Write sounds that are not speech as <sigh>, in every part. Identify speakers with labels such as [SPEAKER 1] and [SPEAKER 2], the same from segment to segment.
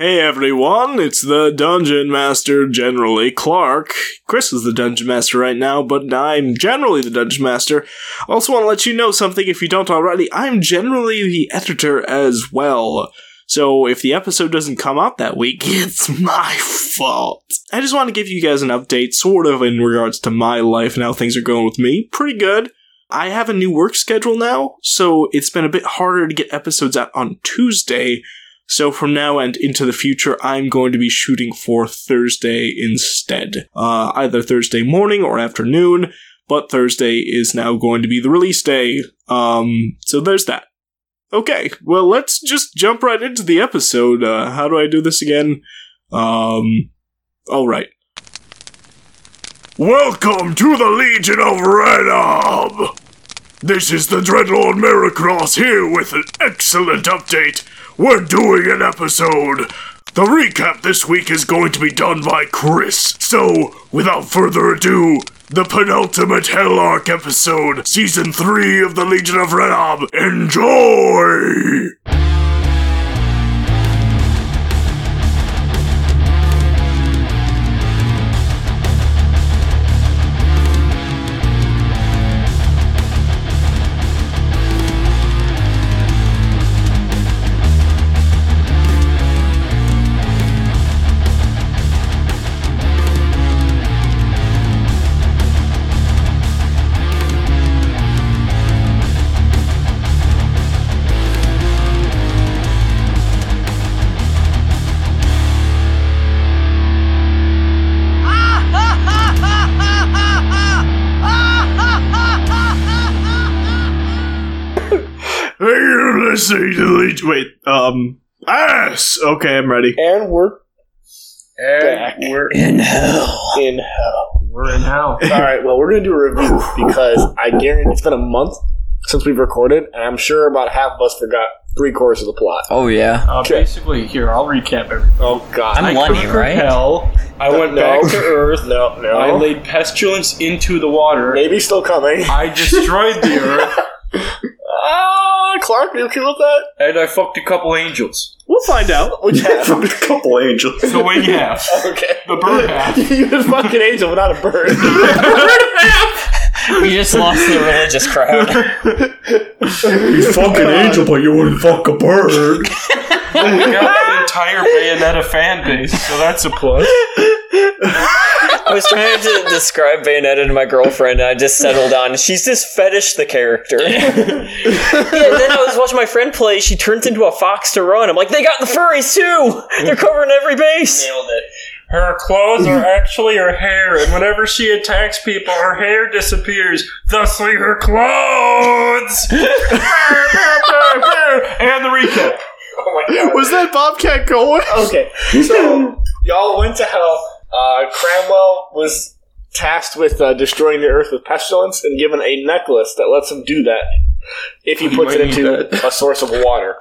[SPEAKER 1] Hey everyone, it's the Dungeon Master, generally Clark. Chris is the Dungeon Master right now, but I'm generally the Dungeon Master. Also, want to let you know something if you don't already. I'm generally the editor as well. So, if the episode doesn't come out that week, <laughs> it's my fault. I just want to give you guys an update, sort of, in regards to my life and how things are going with me. Pretty good. I have a new work schedule now, so it's been a bit harder to get episodes out on Tuesday. So from now and into the future, I'm going to be shooting for Thursday instead. Uh, either Thursday morning or afternoon, but Thursday is now going to be the release day. Um, so there's that. Okay, well, let's just jump right into the episode. Uh, how do I do this again? Um, alright.
[SPEAKER 2] Welcome to the Legion of Redom! This is the Dreadlord Miracross here with an excellent update. We're doing an episode. The recap this week is going to be done by Chris. So, without further ado, the penultimate Hellark episode, Season 3 of the Legion of Redom. Enjoy! You're listening to the Legion.
[SPEAKER 1] Wait, um,
[SPEAKER 2] Ass!
[SPEAKER 1] okay, I'm ready.
[SPEAKER 3] And we're
[SPEAKER 4] And
[SPEAKER 3] Back.
[SPEAKER 4] we're
[SPEAKER 5] in hell.
[SPEAKER 3] in hell.
[SPEAKER 4] we're in hell.
[SPEAKER 3] <laughs> All right, well, we're going to do a review because I guarantee it's been a month since we've recorded, and I'm sure about half of us forgot three quarters of the plot.
[SPEAKER 5] Oh yeah,
[SPEAKER 4] Uh,
[SPEAKER 3] Okay.
[SPEAKER 4] Basically, here I'll recap everything.
[SPEAKER 3] Oh, God.
[SPEAKER 5] I'm
[SPEAKER 4] I
[SPEAKER 5] one,
[SPEAKER 4] conquered
[SPEAKER 5] right?
[SPEAKER 4] Hell. I went
[SPEAKER 3] No.
[SPEAKER 4] back to Earth.
[SPEAKER 3] No, no.
[SPEAKER 4] I laid pestilence into the water. <laughs>
[SPEAKER 3] Maybe still coming.
[SPEAKER 4] I destroyed the Earth,
[SPEAKER 3] Ah, Clark, you okay with that?
[SPEAKER 4] <laughs> and I fucked a couple angels.
[SPEAKER 3] We'll find out. Which <laughs> half?
[SPEAKER 1] a couple angels.
[SPEAKER 4] The wing half,
[SPEAKER 3] okay. <laughs>
[SPEAKER 4] the bird half.
[SPEAKER 3] you did fucking angel without a bird. <laughs>
[SPEAKER 5] we just lost the religious crowd.
[SPEAKER 2] You fucking angel, but you wouldn't fuck a bird.
[SPEAKER 4] We got <laughs> the entire Bayonetta fan base, so that's a plus.
[SPEAKER 5] <laughs> I was trying to describe Bayonetta to my girlfriend, and I just settled on she's just fetish the character. <laughs> yeah, then I was watching my friend play. She turns into a fox to run. I'm like, they got the furries too. They're covering every base.
[SPEAKER 4] Nailed it. Her clothes are actually her hair, and whenever she attacks people, her hair disappears, thusly her clothes! <laughs> and the recap.
[SPEAKER 3] oh, my
[SPEAKER 1] <laughs>
[SPEAKER 3] God.
[SPEAKER 1] Was that Bobcat going?
[SPEAKER 3] Okay, so y'all went to hell. Uh, Cramwell was tasked with uh, destroying the earth with pestilence and given a necklace that lets him do that if he
[SPEAKER 4] You
[SPEAKER 3] puts it
[SPEAKER 4] might need
[SPEAKER 3] into a source of water.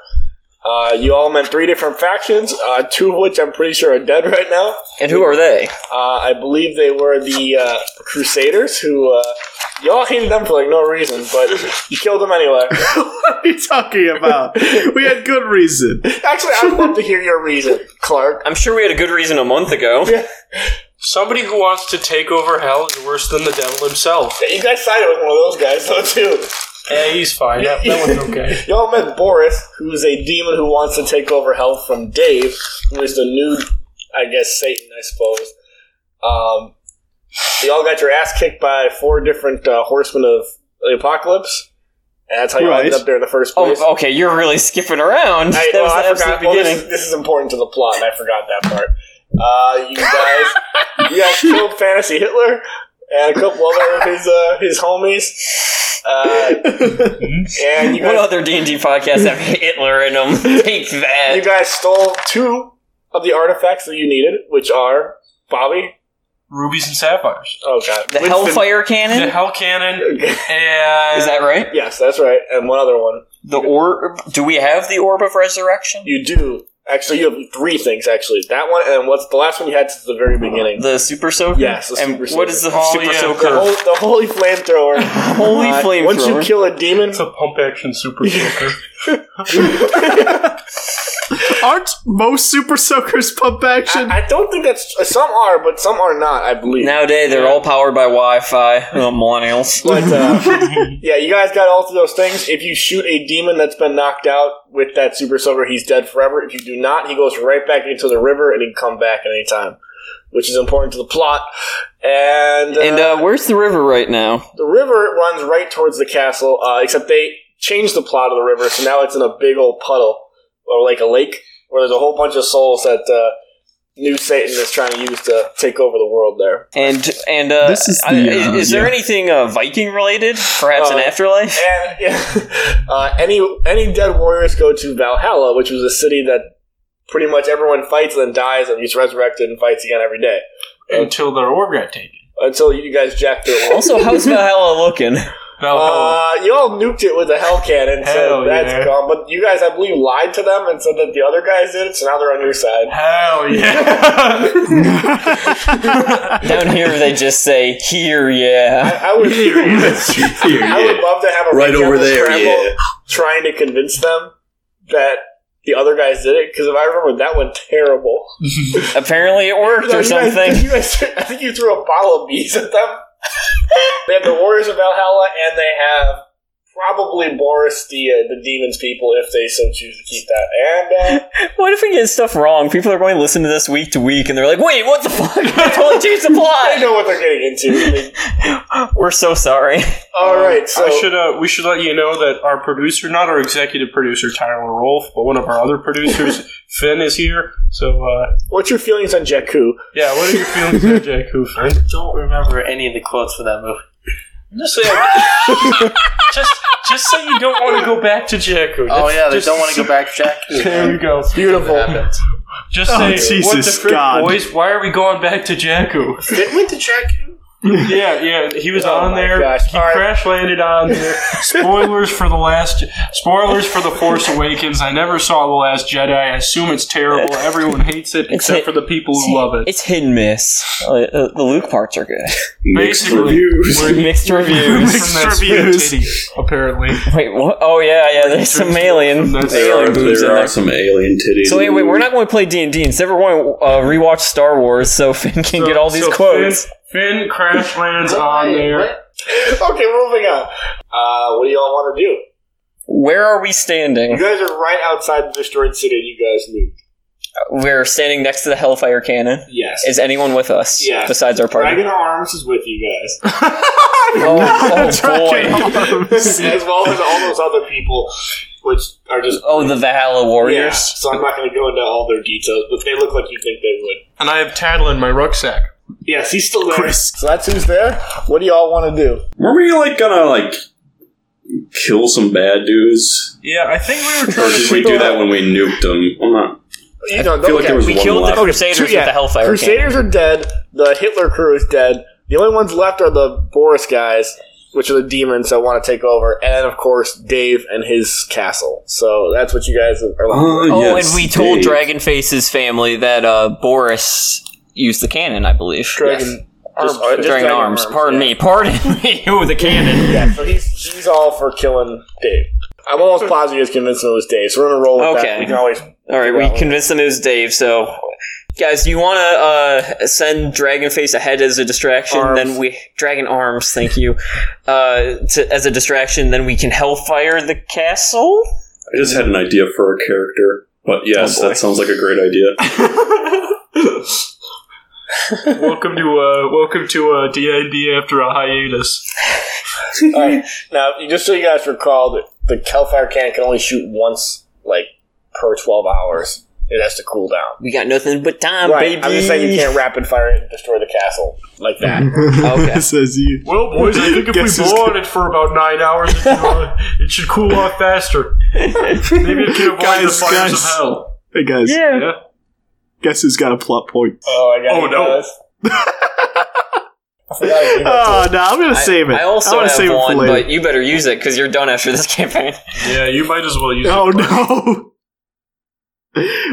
[SPEAKER 3] Uh, you all met three different factions, uh, two of which I'm pretty sure are dead right now.
[SPEAKER 5] And who are they?
[SPEAKER 3] Uh, I believe they were the uh, Crusaders, who uh, y'all hated them for like no reason, but you killed them
[SPEAKER 1] <laughs>
[SPEAKER 3] anyway.
[SPEAKER 1] what are you talking about? we had good reason.
[SPEAKER 3] Actually, I'd love to hear your reason, Clark.
[SPEAKER 5] I'm sure we had a good reason a month ago.
[SPEAKER 4] Somebody who wants to take over hell is worse than the devil himself.
[SPEAKER 3] You guys sided with one of those guys, though, too.
[SPEAKER 4] Yeah, he's fine. That, that one's okay.
[SPEAKER 3] <laughs> Y'all met Boris, who is a demon who wants to take over hell from Dave, who is the new, I guess, Satan, I suppose. Um, y'all got your ass kicked by four different uh, horsemen of the apocalypse, and that's how you all ended
[SPEAKER 1] Right.
[SPEAKER 3] up there in the first place.
[SPEAKER 5] Oh, okay. You're really
[SPEAKER 3] <laughs>
[SPEAKER 5] skipping around.
[SPEAKER 3] I,
[SPEAKER 5] <laughs> that
[SPEAKER 3] well,
[SPEAKER 5] was
[SPEAKER 3] I
[SPEAKER 5] the absolute
[SPEAKER 3] forgot. Well, this,
[SPEAKER 5] beginning.
[SPEAKER 3] is, this is important to the plot, and I forgot that part. Uh, you guys, you
[SPEAKER 5] <laughs>
[SPEAKER 3] guys killed Fantasy Hitler and a couple other of his uh, his homies. Uh, and you guys
[SPEAKER 5] What other D and D podcasts have Hitler in them? Take that.
[SPEAKER 3] You guys stole two of the artifacts that you needed, which are Bobby.
[SPEAKER 4] Rubies and sapphires.
[SPEAKER 3] Oh god.
[SPEAKER 5] The
[SPEAKER 3] Winston-
[SPEAKER 5] Hellfire
[SPEAKER 4] The
[SPEAKER 5] Cannon?
[SPEAKER 4] hell cannon. And
[SPEAKER 5] Is that right?
[SPEAKER 3] <laughs> Yes, that's right. And one other one.
[SPEAKER 5] The orb? Do we have the Orb of Resurrection?
[SPEAKER 3] You do actually. You have three things actually. That one and what's the last one you had since the very beginning?
[SPEAKER 5] The Super Soaker?
[SPEAKER 3] Yes, the
[SPEAKER 5] and
[SPEAKER 3] Super
[SPEAKER 5] what is the
[SPEAKER 4] Soaker. Oh,
[SPEAKER 5] Super
[SPEAKER 4] yeah.
[SPEAKER 3] The,
[SPEAKER 5] Soaker?
[SPEAKER 3] hol- the holy flamethrower.
[SPEAKER 5] Holy
[SPEAKER 3] Uh,
[SPEAKER 5] flamethrower.
[SPEAKER 3] Once you kill a demon,
[SPEAKER 4] it's a pump action super soaker.
[SPEAKER 1] Aren't most Super Soakers pump action?
[SPEAKER 3] I don't think that's uh, some are, but some are not. I believe.
[SPEAKER 5] Nowadays, they're all powered by Wi-Fi. Oh, millennials.
[SPEAKER 3] But uh, yeah, you guys got all of those things. If you shoot a demon that's been knocked out with that super soaker, he's dead forever. If you do not, he goes right back into the river and he can come back at any time, which is important to the plot. And, uh,
[SPEAKER 5] And uh, where's the river right now?
[SPEAKER 3] the river runs right towards the castle, uh, except they changed the plot of the river, so now it's in a big old puddle or like a lake where there's a whole bunch of souls that. Uh, New Satan is trying to use to take over the world there.
[SPEAKER 5] And and uh,
[SPEAKER 1] This is the,
[SPEAKER 5] I- is,
[SPEAKER 1] uh,
[SPEAKER 5] is there
[SPEAKER 1] yeah.
[SPEAKER 5] anything uh, Viking related? Perhaps an
[SPEAKER 3] Uh, <laughs>
[SPEAKER 5] afterlife.
[SPEAKER 3] and yeah, uh, any any dead warriors go to Valhalla, which was a city that pretty much everyone fights and then dies and gets resurrected and fights again every day
[SPEAKER 4] until their orb got taken.
[SPEAKER 3] until you guys jack
[SPEAKER 4] <laughs>
[SPEAKER 3] their walls.
[SPEAKER 5] Also, how's Valhalla looking?
[SPEAKER 4] Valhalla.
[SPEAKER 3] Uh, you all nuked it with a hell cannon, so
[SPEAKER 4] Hell
[SPEAKER 3] that's
[SPEAKER 4] yeah.
[SPEAKER 3] gone. But you guys, I believe, lied to them and said that the other guys did it, so now they're on your side.
[SPEAKER 4] Hell yeah!
[SPEAKER 5] <laughs> Down here, they just say here, yeah.
[SPEAKER 3] I
[SPEAKER 4] <laughs>
[SPEAKER 1] <laughs>
[SPEAKER 3] would, <laughs> I would love to have a
[SPEAKER 6] Right
[SPEAKER 3] recap
[SPEAKER 6] over
[SPEAKER 3] of
[SPEAKER 6] there,
[SPEAKER 3] Scramble
[SPEAKER 6] yeah.
[SPEAKER 3] trying to convince them that the other guys did it, because if I remember, that went terrible.
[SPEAKER 5] Apparently, it worked
[SPEAKER 3] <laughs> No,
[SPEAKER 5] or
[SPEAKER 3] you guys-
[SPEAKER 5] something.
[SPEAKER 3] you guys- I think you threw a bottle of bees at them. they have the Warriors of Valhalla, and they have probably Boris the uh, the demons people if they so choose to keep that. And uh,
[SPEAKER 5] What if we get stuff wrong? People are going to listen to this week to week, and they're like, "Wait, what the fuck? <laughs> I totally changed
[SPEAKER 3] <laughs>
[SPEAKER 5] the
[SPEAKER 3] I
[SPEAKER 5] plot."
[SPEAKER 3] know what they're getting into.
[SPEAKER 5] <laughs> We're so sorry.
[SPEAKER 3] All right, so
[SPEAKER 4] <laughs> I should uh, we should let you know that our producer, not our executive producer Tyler Rolfe, but one of our other producers, Finn, is here. So uh,
[SPEAKER 3] what's your feelings on Jakku?
[SPEAKER 4] yeah, what are
[SPEAKER 1] <laughs>
[SPEAKER 4] your feelings on Jack Who, Finn?
[SPEAKER 7] don't remember any of the quotes for that movie. Just so,
[SPEAKER 4] <laughs>
[SPEAKER 7] just, just so you don't
[SPEAKER 4] I want to go back to Jack Who.
[SPEAKER 7] Oh
[SPEAKER 4] That's
[SPEAKER 7] yeah, they
[SPEAKER 4] just-
[SPEAKER 7] don't want to go back to Jack.
[SPEAKER 4] There we go.
[SPEAKER 3] Beautiful.
[SPEAKER 7] Happens.
[SPEAKER 4] Just
[SPEAKER 1] Oh,
[SPEAKER 4] say, what the
[SPEAKER 1] Jesus,
[SPEAKER 4] frick,
[SPEAKER 1] God."
[SPEAKER 4] boys? Why are we going back to
[SPEAKER 1] <laughs>
[SPEAKER 4] Jakku?
[SPEAKER 7] Didn't we to Jack?
[SPEAKER 4] yeah, yeah, he was
[SPEAKER 3] Oh
[SPEAKER 4] on
[SPEAKER 3] my
[SPEAKER 4] there.
[SPEAKER 3] gosh,
[SPEAKER 4] He
[SPEAKER 3] all right.
[SPEAKER 4] crash landed
[SPEAKER 7] <laughs>
[SPEAKER 4] on there. Spoilers for the last. Spoilers for the Force Awakens. I never saw the Last Jedi. I assume
[SPEAKER 7] <laughs>
[SPEAKER 4] it's terrible. Everyone hates it except
[SPEAKER 5] hit-
[SPEAKER 4] for the people who love it.
[SPEAKER 5] It's hit and miss. Uh, uh, the Luke parts are good.
[SPEAKER 4] Basically,
[SPEAKER 1] reviews.
[SPEAKER 4] we're <laughs>
[SPEAKER 5] Mixed reviews.
[SPEAKER 4] from that
[SPEAKER 1] Mixed
[SPEAKER 4] sweet
[SPEAKER 1] reviews.
[SPEAKER 4] titty, apparently.
[SPEAKER 5] Wait, what? Oh yeah, yeah. There's some alien.
[SPEAKER 4] That's-
[SPEAKER 5] alien
[SPEAKER 6] There are,
[SPEAKER 5] boobs in
[SPEAKER 6] there
[SPEAKER 5] there.
[SPEAKER 6] are some alien titties.
[SPEAKER 5] So anyway, we're not going to play D and D. Instead, we're going to uh, rewatch Star Wars, so <laughs> Finn can get all these
[SPEAKER 4] So
[SPEAKER 5] quotes.
[SPEAKER 4] Finn, Finn crash lands on there.
[SPEAKER 3] <laughs> Okay, moving on. Uh, what do y'all want to do?
[SPEAKER 5] Where are we
[SPEAKER 3] You
[SPEAKER 5] standing?
[SPEAKER 3] guys are right outside the destroyed city. You guys knew.
[SPEAKER 5] We're standing next to the Hellfire Cannon.
[SPEAKER 3] Yes.
[SPEAKER 5] Is anyone with us
[SPEAKER 3] Yeah.
[SPEAKER 5] besides our party?
[SPEAKER 3] Dragon Arms is with you guys,
[SPEAKER 5] Oh, oh, boy!
[SPEAKER 3] <laughs> as well as all those other people, which are just
[SPEAKER 5] Oh, the Valhalla
[SPEAKER 3] Yeah,
[SPEAKER 5] Warriors.
[SPEAKER 3] so I'm not going to go into all their details, but they look like you think they would.
[SPEAKER 4] And I have Tattle in my rucksack.
[SPEAKER 3] Yes, he's still there.
[SPEAKER 1] Chris.
[SPEAKER 3] So that's who's there. What do y'all want to do?
[SPEAKER 6] were we like gonna like kill some bad dudes,
[SPEAKER 4] Yeah, I think we were
[SPEAKER 6] or
[SPEAKER 4] trying
[SPEAKER 6] did
[SPEAKER 4] to
[SPEAKER 6] we do that when we nuked them? I'm not.
[SPEAKER 3] You know,
[SPEAKER 6] feel like there was
[SPEAKER 5] We
[SPEAKER 6] one
[SPEAKER 5] killed
[SPEAKER 6] left.
[SPEAKER 5] the Crusaders
[SPEAKER 3] two- yeah,
[SPEAKER 5] with the Hellfire
[SPEAKER 3] Crusaders are dead. The Hitler crew is dead. The only ones left are the Boris guys, which are the demons that want to take over, and of course Dave and his castle. So that's what you guys are.
[SPEAKER 6] Oh,
[SPEAKER 5] Cannon. Oh,
[SPEAKER 6] yes,
[SPEAKER 5] and we told
[SPEAKER 6] Dave.
[SPEAKER 5] Dragonface's family that uh, Boris used the cannon, I believe.
[SPEAKER 3] Dragon, just-
[SPEAKER 5] Or
[SPEAKER 3] just
[SPEAKER 5] Dragon arms. Pardon
[SPEAKER 3] yeah.
[SPEAKER 5] me. Pardon <laughs> me. Oh, the cannon.
[SPEAKER 3] Yeah, so he's he's all for killing Dave. I'm almost
[SPEAKER 8] Hmm.
[SPEAKER 3] positive he's convinced it was Dave, so we're gonna roll with that.
[SPEAKER 5] Okay.
[SPEAKER 3] We can always
[SPEAKER 5] All right, we convinced them it was Dave. So, guys, do you want to uh, send Dragonface ahead as a distraction?
[SPEAKER 3] Arms.
[SPEAKER 5] Then we Dragon Arms, thank you, uh, to, as a distraction. Then we can Hellfire the castle.
[SPEAKER 6] I just had an idea for a character, but yes, that sounds like a great idea.
[SPEAKER 4] welcome to uh, welcome to uh, D&D after a hiatus.
[SPEAKER 3] Alright, now, just so you guys recall, that the Hellfire Cannon can only shoot once, like, per 12 hours. It has to cool down.
[SPEAKER 5] We got nothing but time,
[SPEAKER 3] Right,
[SPEAKER 5] baby.
[SPEAKER 3] I'm just saying you can't rapid fire and destroy the castle like that.
[SPEAKER 8] <laughs>
[SPEAKER 1] <laughs>
[SPEAKER 5] Okay.
[SPEAKER 1] Says you.
[SPEAKER 4] Well, boys, I think if
[SPEAKER 1] Guess
[SPEAKER 4] we
[SPEAKER 1] who's
[SPEAKER 4] blow on it for about nine hours, it should, uh, it should cool off faster. Maybe it can avoid
[SPEAKER 1] Guys,
[SPEAKER 4] the fires
[SPEAKER 1] guys.
[SPEAKER 4] of hell.
[SPEAKER 1] Hey guys,
[SPEAKER 4] Yeah.
[SPEAKER 1] guess who's got a plot point?
[SPEAKER 3] Oh, I got
[SPEAKER 4] Oh,
[SPEAKER 3] it,
[SPEAKER 4] no.
[SPEAKER 3] guys. I forgot I gave that
[SPEAKER 1] Oh no, I'm gonna save it.
[SPEAKER 5] I
[SPEAKER 1] I
[SPEAKER 5] also
[SPEAKER 1] wanna
[SPEAKER 5] have
[SPEAKER 1] save it
[SPEAKER 5] one,
[SPEAKER 1] for later.
[SPEAKER 5] but you better use it because you're done after this <laughs> campaign.
[SPEAKER 4] Yeah, you might as well use
[SPEAKER 1] Oh
[SPEAKER 4] it.
[SPEAKER 1] <laughs> no.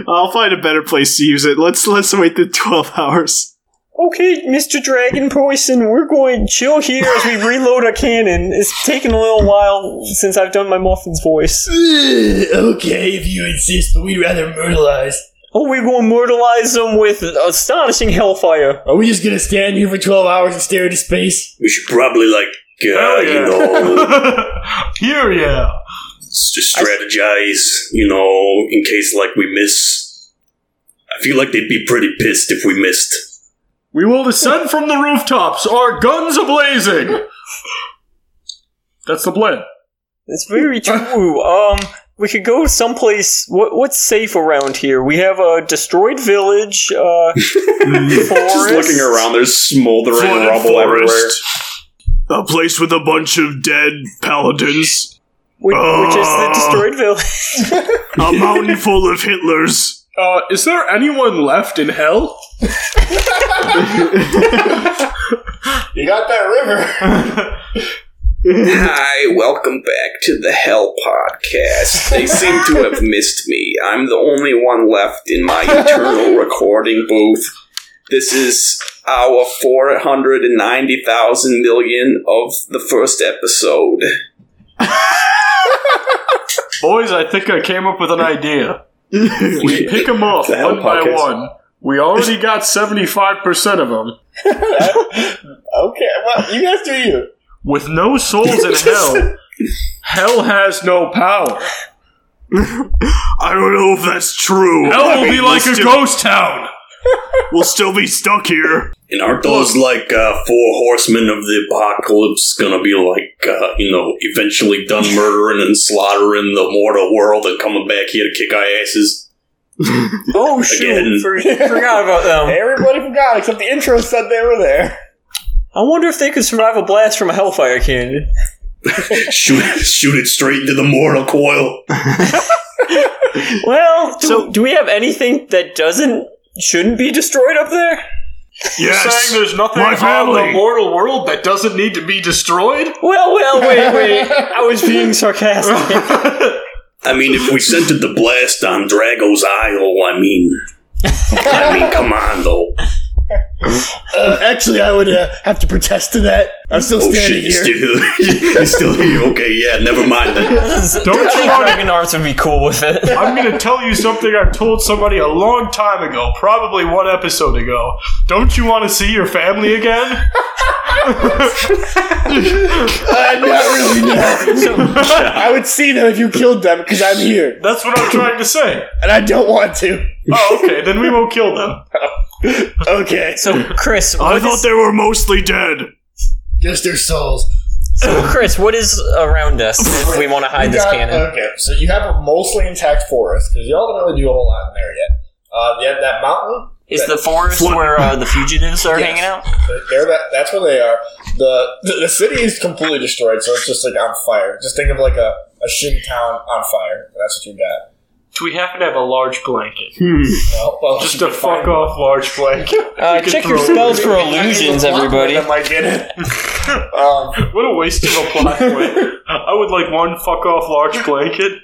[SPEAKER 1] I'll find a better place to use it. Let's let's wait the twelve hours.
[SPEAKER 5] okay, Mr. Dragon Poison, we're going to chill here as
[SPEAKER 8] <laughs>
[SPEAKER 5] we reload our cannon. It's taken a little while since I've done my muffin's voice.
[SPEAKER 8] okay, if you insist, but we'd rather myrtleize.
[SPEAKER 5] Oh, we're going to mortalize them with astonishing hellfire.
[SPEAKER 8] <laughs> Are we just gonna stand here for 12 hours and stare into space?
[SPEAKER 6] <laughs> We should probably like, uh, you <laughs> know,
[SPEAKER 4] <laughs> Here, yeah.
[SPEAKER 6] s- just strategize. You know, in case like we miss. I feel like they'd be pretty pissed if we missed.
[SPEAKER 2] We will descend from the rooftops, our guns ablazing. That's the plan.
[SPEAKER 5] It's
[SPEAKER 8] <laughs>
[SPEAKER 5] very true. Um, we could go someplace. What, what's safe around here? We have a destroyed village.
[SPEAKER 6] <laughs>
[SPEAKER 5] Uh,
[SPEAKER 6] Just looking around, there's smoldering
[SPEAKER 2] Flooded
[SPEAKER 6] rubble everywhere.
[SPEAKER 2] forest. A place with a bunch of dead paladins.
[SPEAKER 5] which, which is
[SPEAKER 8] Oh.
[SPEAKER 5] the destroyed village.
[SPEAKER 1] <laughs>
[SPEAKER 2] A
[SPEAKER 8] <laughs>
[SPEAKER 2] mountain full of Hitlers.
[SPEAKER 1] Uh, is there anyone left in hell?
[SPEAKER 3] You got that river.
[SPEAKER 9] Hi, welcome back to the Hell Podcast. They seem to have missed me. I'm the only one left in my eternal recording booth. This is our 490,000 million of the first episode.
[SPEAKER 4] <laughs> Boys, I think I came up with an idea. We pick them off
[SPEAKER 6] The hell
[SPEAKER 4] one by
[SPEAKER 6] podcast.
[SPEAKER 4] one. We already got 75% of them.
[SPEAKER 3] Okay, well, you guys do you.
[SPEAKER 4] With no
[SPEAKER 2] <laughs>
[SPEAKER 4] souls in hell, hell has no power.
[SPEAKER 2] I don't know if that's true.
[SPEAKER 4] Hell will be like a
[SPEAKER 2] still-
[SPEAKER 4] ghost town.
[SPEAKER 2] <laughs> We'll still be stuck here.
[SPEAKER 6] And aren't those like uh, four horsemen of the apocalypse gonna be like, uh, you know, eventually done murdering and slaughtering the mortal world and coming back here to kick our asses?
[SPEAKER 5] Oh shoot!
[SPEAKER 6] Again.
[SPEAKER 5] For, forgot about them.
[SPEAKER 3] Everybody forgot, except the intro said they were there.
[SPEAKER 5] I wonder if they could survive a blast from a hellfire cannon.
[SPEAKER 6] Shoot, <laughs> shoot it straight into the mortal coil.
[SPEAKER 5] Well, do, do we have anything that doesn't shouldn't be destroyed up there?
[SPEAKER 2] Yes.
[SPEAKER 4] Saying there's nothing
[SPEAKER 2] My
[SPEAKER 4] on the
[SPEAKER 2] family.
[SPEAKER 4] mortal world that doesn't need to be destroyed?
[SPEAKER 5] Well, well, wait, wait. I was being sarcastic.
[SPEAKER 6] I mean, if we centered the blast on Drago's Isle, I mean, I mean, come on
[SPEAKER 8] <laughs>
[SPEAKER 6] though.
[SPEAKER 3] Um,
[SPEAKER 8] Uh, actually, I would uh, have to protest to that. I'm still
[SPEAKER 6] Oh
[SPEAKER 8] standing
[SPEAKER 6] shit, you're
[SPEAKER 8] here.
[SPEAKER 6] still, <laughs> you're still here. Okay, yeah, never mind then.
[SPEAKER 8] <laughs>
[SPEAKER 5] Don't you Dragon Arts would be cool with it.
[SPEAKER 4] <laughs> I'm going to tell you something I've told somebody a long time ago, probably one episode ago. Don't you want to see your family again?
[SPEAKER 8] Uh, not
[SPEAKER 6] <laughs>
[SPEAKER 8] really,
[SPEAKER 3] <laughs>
[SPEAKER 8] no. I would see them if you killed them because I'm here,
[SPEAKER 4] That's what I'm trying to say.
[SPEAKER 8] and I don't want to.
[SPEAKER 4] Oh, okay, then we won't kill them.
[SPEAKER 8] Okay,
[SPEAKER 5] So, Chris,
[SPEAKER 2] I
[SPEAKER 5] what
[SPEAKER 2] thought
[SPEAKER 5] is,
[SPEAKER 2] they were mostly dead.
[SPEAKER 8] just their souls.
[SPEAKER 5] so Chris, what is around us if we want to hide this
[SPEAKER 3] got- uh,
[SPEAKER 5] cannon?
[SPEAKER 3] Okay, so you have a mostly intact forest because y'all don't really do a whole lot in there yet. Uh, you have that mountain.
[SPEAKER 7] Is the forest where uh, the fugitives are hanging out?
[SPEAKER 3] There, that that's where they are. The, the the city is completely destroyed, so it's just like on fire. Just think of like a a shin town on fire. That's what you got.
[SPEAKER 4] Do we happen to have a large blanket?
[SPEAKER 3] Well, well,
[SPEAKER 4] Just a fuck off large blanket. <laughs>
[SPEAKER 5] Uh, check your spells for illusions, everybody.
[SPEAKER 3] I might get
[SPEAKER 5] <laughs>
[SPEAKER 3] it. um,
[SPEAKER 4] What a waste of a plot point. I would like one fuck off large blanket.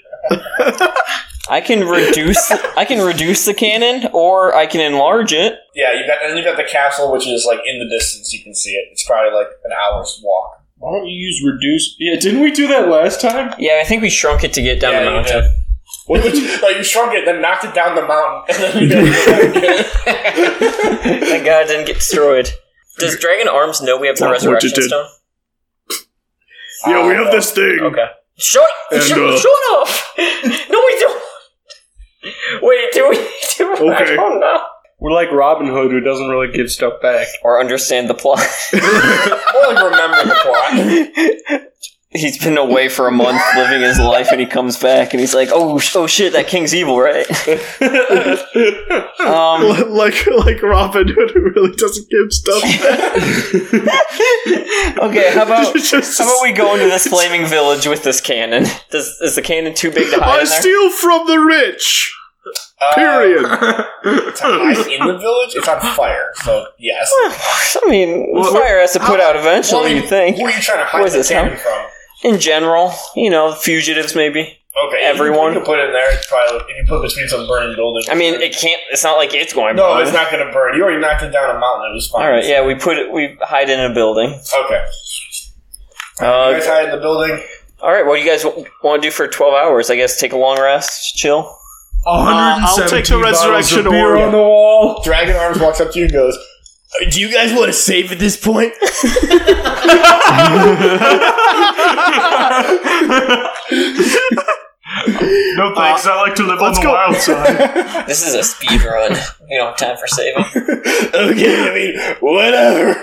[SPEAKER 5] I can reduce. I can reduce the cannon, or I can enlarge it.
[SPEAKER 3] yeah, you got and you got the castle, which is like in the distance. You can see it. It's probably like an hour's walk.
[SPEAKER 4] Why don't you use reduce? Yeah, didn't we do that last time?
[SPEAKER 5] Yeah, I think we shrunk it to get down
[SPEAKER 3] Yeah,
[SPEAKER 5] the
[SPEAKER 3] you
[SPEAKER 5] mountain.
[SPEAKER 3] did. What would you, <laughs> like you shrunk it, then knocked it down the mountain, and
[SPEAKER 5] <laughs>
[SPEAKER 3] then you
[SPEAKER 5] Thank God it didn't get destroyed. Does Dragon Arms know we have the
[SPEAKER 2] Not what you
[SPEAKER 5] Resurrection
[SPEAKER 2] did.
[SPEAKER 5] Stone?
[SPEAKER 2] Yeah, we have this thing.
[SPEAKER 5] Okay. Shut
[SPEAKER 2] And,
[SPEAKER 5] shut,
[SPEAKER 2] uh,
[SPEAKER 5] shut up! No, we don't. Wait, do we? Do we? I
[SPEAKER 2] Okay.
[SPEAKER 5] don't know.
[SPEAKER 4] We're like Robin Hood who doesn't really give stuff <laughs> back.
[SPEAKER 5] Or understand the plot. <laughs>
[SPEAKER 3] more like remember the plot.
[SPEAKER 5] He's been away for a month living his life, and he comes back, and he's like, "Oh, sh- oh shit, that king's evil,
[SPEAKER 2] <laughs>
[SPEAKER 5] right?"
[SPEAKER 4] Uh,
[SPEAKER 5] um,
[SPEAKER 2] like like Robin Hood who really doesn't give
[SPEAKER 5] <laughs>
[SPEAKER 2] stuff back.
[SPEAKER 5] okay,
[SPEAKER 1] <laughs>
[SPEAKER 5] how about
[SPEAKER 2] Just-
[SPEAKER 5] how about we go
[SPEAKER 2] <laughs>
[SPEAKER 5] into this flaming village with this cannon? Does is the cannon too big to hide
[SPEAKER 2] I
[SPEAKER 5] in there?
[SPEAKER 2] steal from the rich. Period.
[SPEAKER 3] Uh, It's in the village. It's on fire, so yes.
[SPEAKER 5] <sighs> I mean, fire has to put out eventually.
[SPEAKER 3] Well, I mean,
[SPEAKER 5] you think?
[SPEAKER 3] Who are you trying to
[SPEAKER 5] What
[SPEAKER 3] hide
[SPEAKER 5] is
[SPEAKER 3] the
[SPEAKER 5] this,
[SPEAKER 3] cannon from?
[SPEAKER 5] In general, you know, fugitives maybe.
[SPEAKER 7] Okay, you can-
[SPEAKER 5] Everyone?
[SPEAKER 7] you can put it in there. It's probably if you put between some burning buildings.
[SPEAKER 5] I mean, it can't. It's not like it's going.
[SPEAKER 7] no,
[SPEAKER 5] by.
[SPEAKER 7] it's not going to burn. You already knocked it down a mountain. It was fine.
[SPEAKER 5] All right. Yeah, we put it. We hide in a building.
[SPEAKER 7] Okay. You
[SPEAKER 5] Uh,
[SPEAKER 7] guys hide in the building.
[SPEAKER 5] all right. What do you guys want to do for twelve hours? I guess take a long rest, chill.
[SPEAKER 1] I'll take the resurrection
[SPEAKER 2] beer on
[SPEAKER 1] orb.
[SPEAKER 2] the wall.
[SPEAKER 3] Dragon Arms walks up to you and goes,
[SPEAKER 8] Do you guys want to save at this
[SPEAKER 3] <laughs>
[SPEAKER 8] point?
[SPEAKER 4] No thanks. I like to live
[SPEAKER 1] let's
[SPEAKER 4] on the
[SPEAKER 1] go.
[SPEAKER 4] wild <laughs> side.
[SPEAKER 5] This is a speed run. We don't have time for saving.
[SPEAKER 8] okay, I mean,
[SPEAKER 3] <laughs>
[SPEAKER 8] whatever.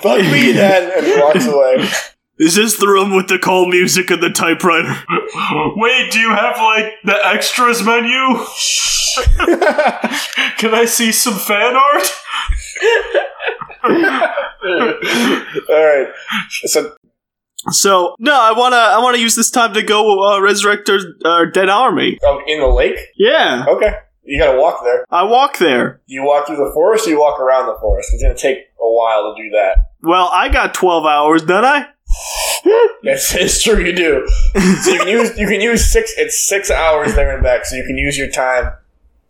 [SPEAKER 8] Fuck me then.
[SPEAKER 3] and walks away. <laughs>
[SPEAKER 1] Is this the room with the call music and the typewriter?
[SPEAKER 4] Wait, do you have like the extras menu? <laughs> Can I see some fan art?
[SPEAKER 3] All right. So
[SPEAKER 1] So no, I wanna I wanna use this time to go uh, resurrect our, our dead army.
[SPEAKER 3] um, in the lake?
[SPEAKER 1] Yeah,
[SPEAKER 3] Okay. You got to walk there.
[SPEAKER 1] I walk there.
[SPEAKER 3] Do you walk through the forest or you walk around the forest? It's going to take a while to do that.
[SPEAKER 1] Well, I got twelve hours, didn't I?
[SPEAKER 3] That's, <laughs> it's true, you do. So you can use you can use six. It's six hours there and back, so you can use your time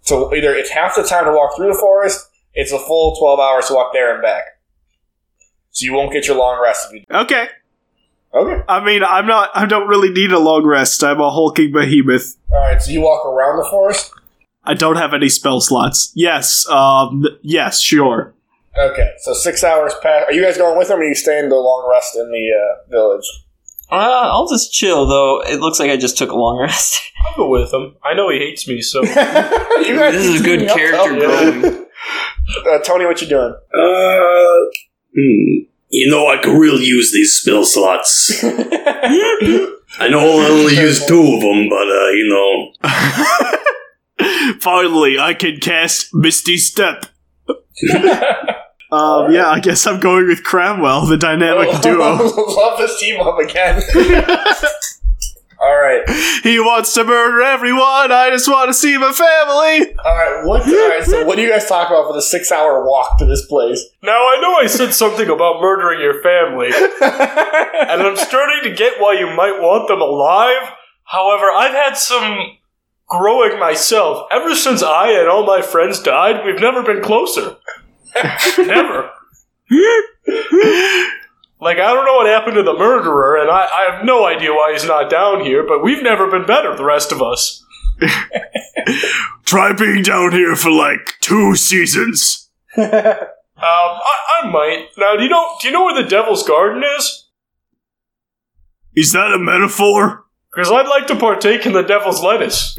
[SPEAKER 3] to either it's half the time to walk through the forest. It's a full twelve hours to walk there and back. So you won't get your long rest if you
[SPEAKER 1] Okay.
[SPEAKER 3] do. Okay.
[SPEAKER 1] I mean, I'm not. I don't really need a long rest. I'm a hulking behemoth.
[SPEAKER 3] All right. So you walk around the forest.
[SPEAKER 1] I don't have any spell slots. Yes. Um. Yes. Sure.
[SPEAKER 3] Okay. So six hours pass. Are you guys going with them, or are you staying the long rest in the uh, village?
[SPEAKER 5] Uh, I'll just chill though. It looks like I just took a long rest.
[SPEAKER 4] I'll go with him. I know he hates me, <laughs> so
[SPEAKER 3] you guys
[SPEAKER 5] <laughs> This is
[SPEAKER 3] keep teaming
[SPEAKER 5] good
[SPEAKER 3] up to help
[SPEAKER 5] character
[SPEAKER 3] you. Uh, Tony, what you doing?
[SPEAKER 6] Uh, hmm. You know, I could really use these spell slots. I know I only use two of them, but, uh, you know.
[SPEAKER 1] <laughs> Finally, I can cast Misty Step. um. Yeah. I guess I'm going with Cramwell, the
[SPEAKER 4] <laughs>
[SPEAKER 1] dynamic duo.
[SPEAKER 3] <laughs> Love this team up again. <laughs> All right.
[SPEAKER 1] He wants to murder everyone. I just want to see my family.
[SPEAKER 3] All right, what? All right, so what do you guys talk about for the six-hour walk to this
[SPEAKER 1] <laughs>
[SPEAKER 3] place?
[SPEAKER 4] now I know I said something about murdering your family, and I'm starting to get why you might want them alive. However, I've had some growing myself. Ever since I and all my friends died, we've never been closer. <laughs> never. Like I don't know what happened to the murderer, and I, I have no idea why he's not down here. But we've never been better, the rest of us.
[SPEAKER 1] Try being down here for like two seasons.
[SPEAKER 4] Um, I, I might now. Do you know? Do you know where the Devil's Garden is?
[SPEAKER 1] Is that a metaphor?
[SPEAKER 4] Because I'd like to partake in the Devil's
[SPEAKER 3] <laughs>
[SPEAKER 4] lettuce.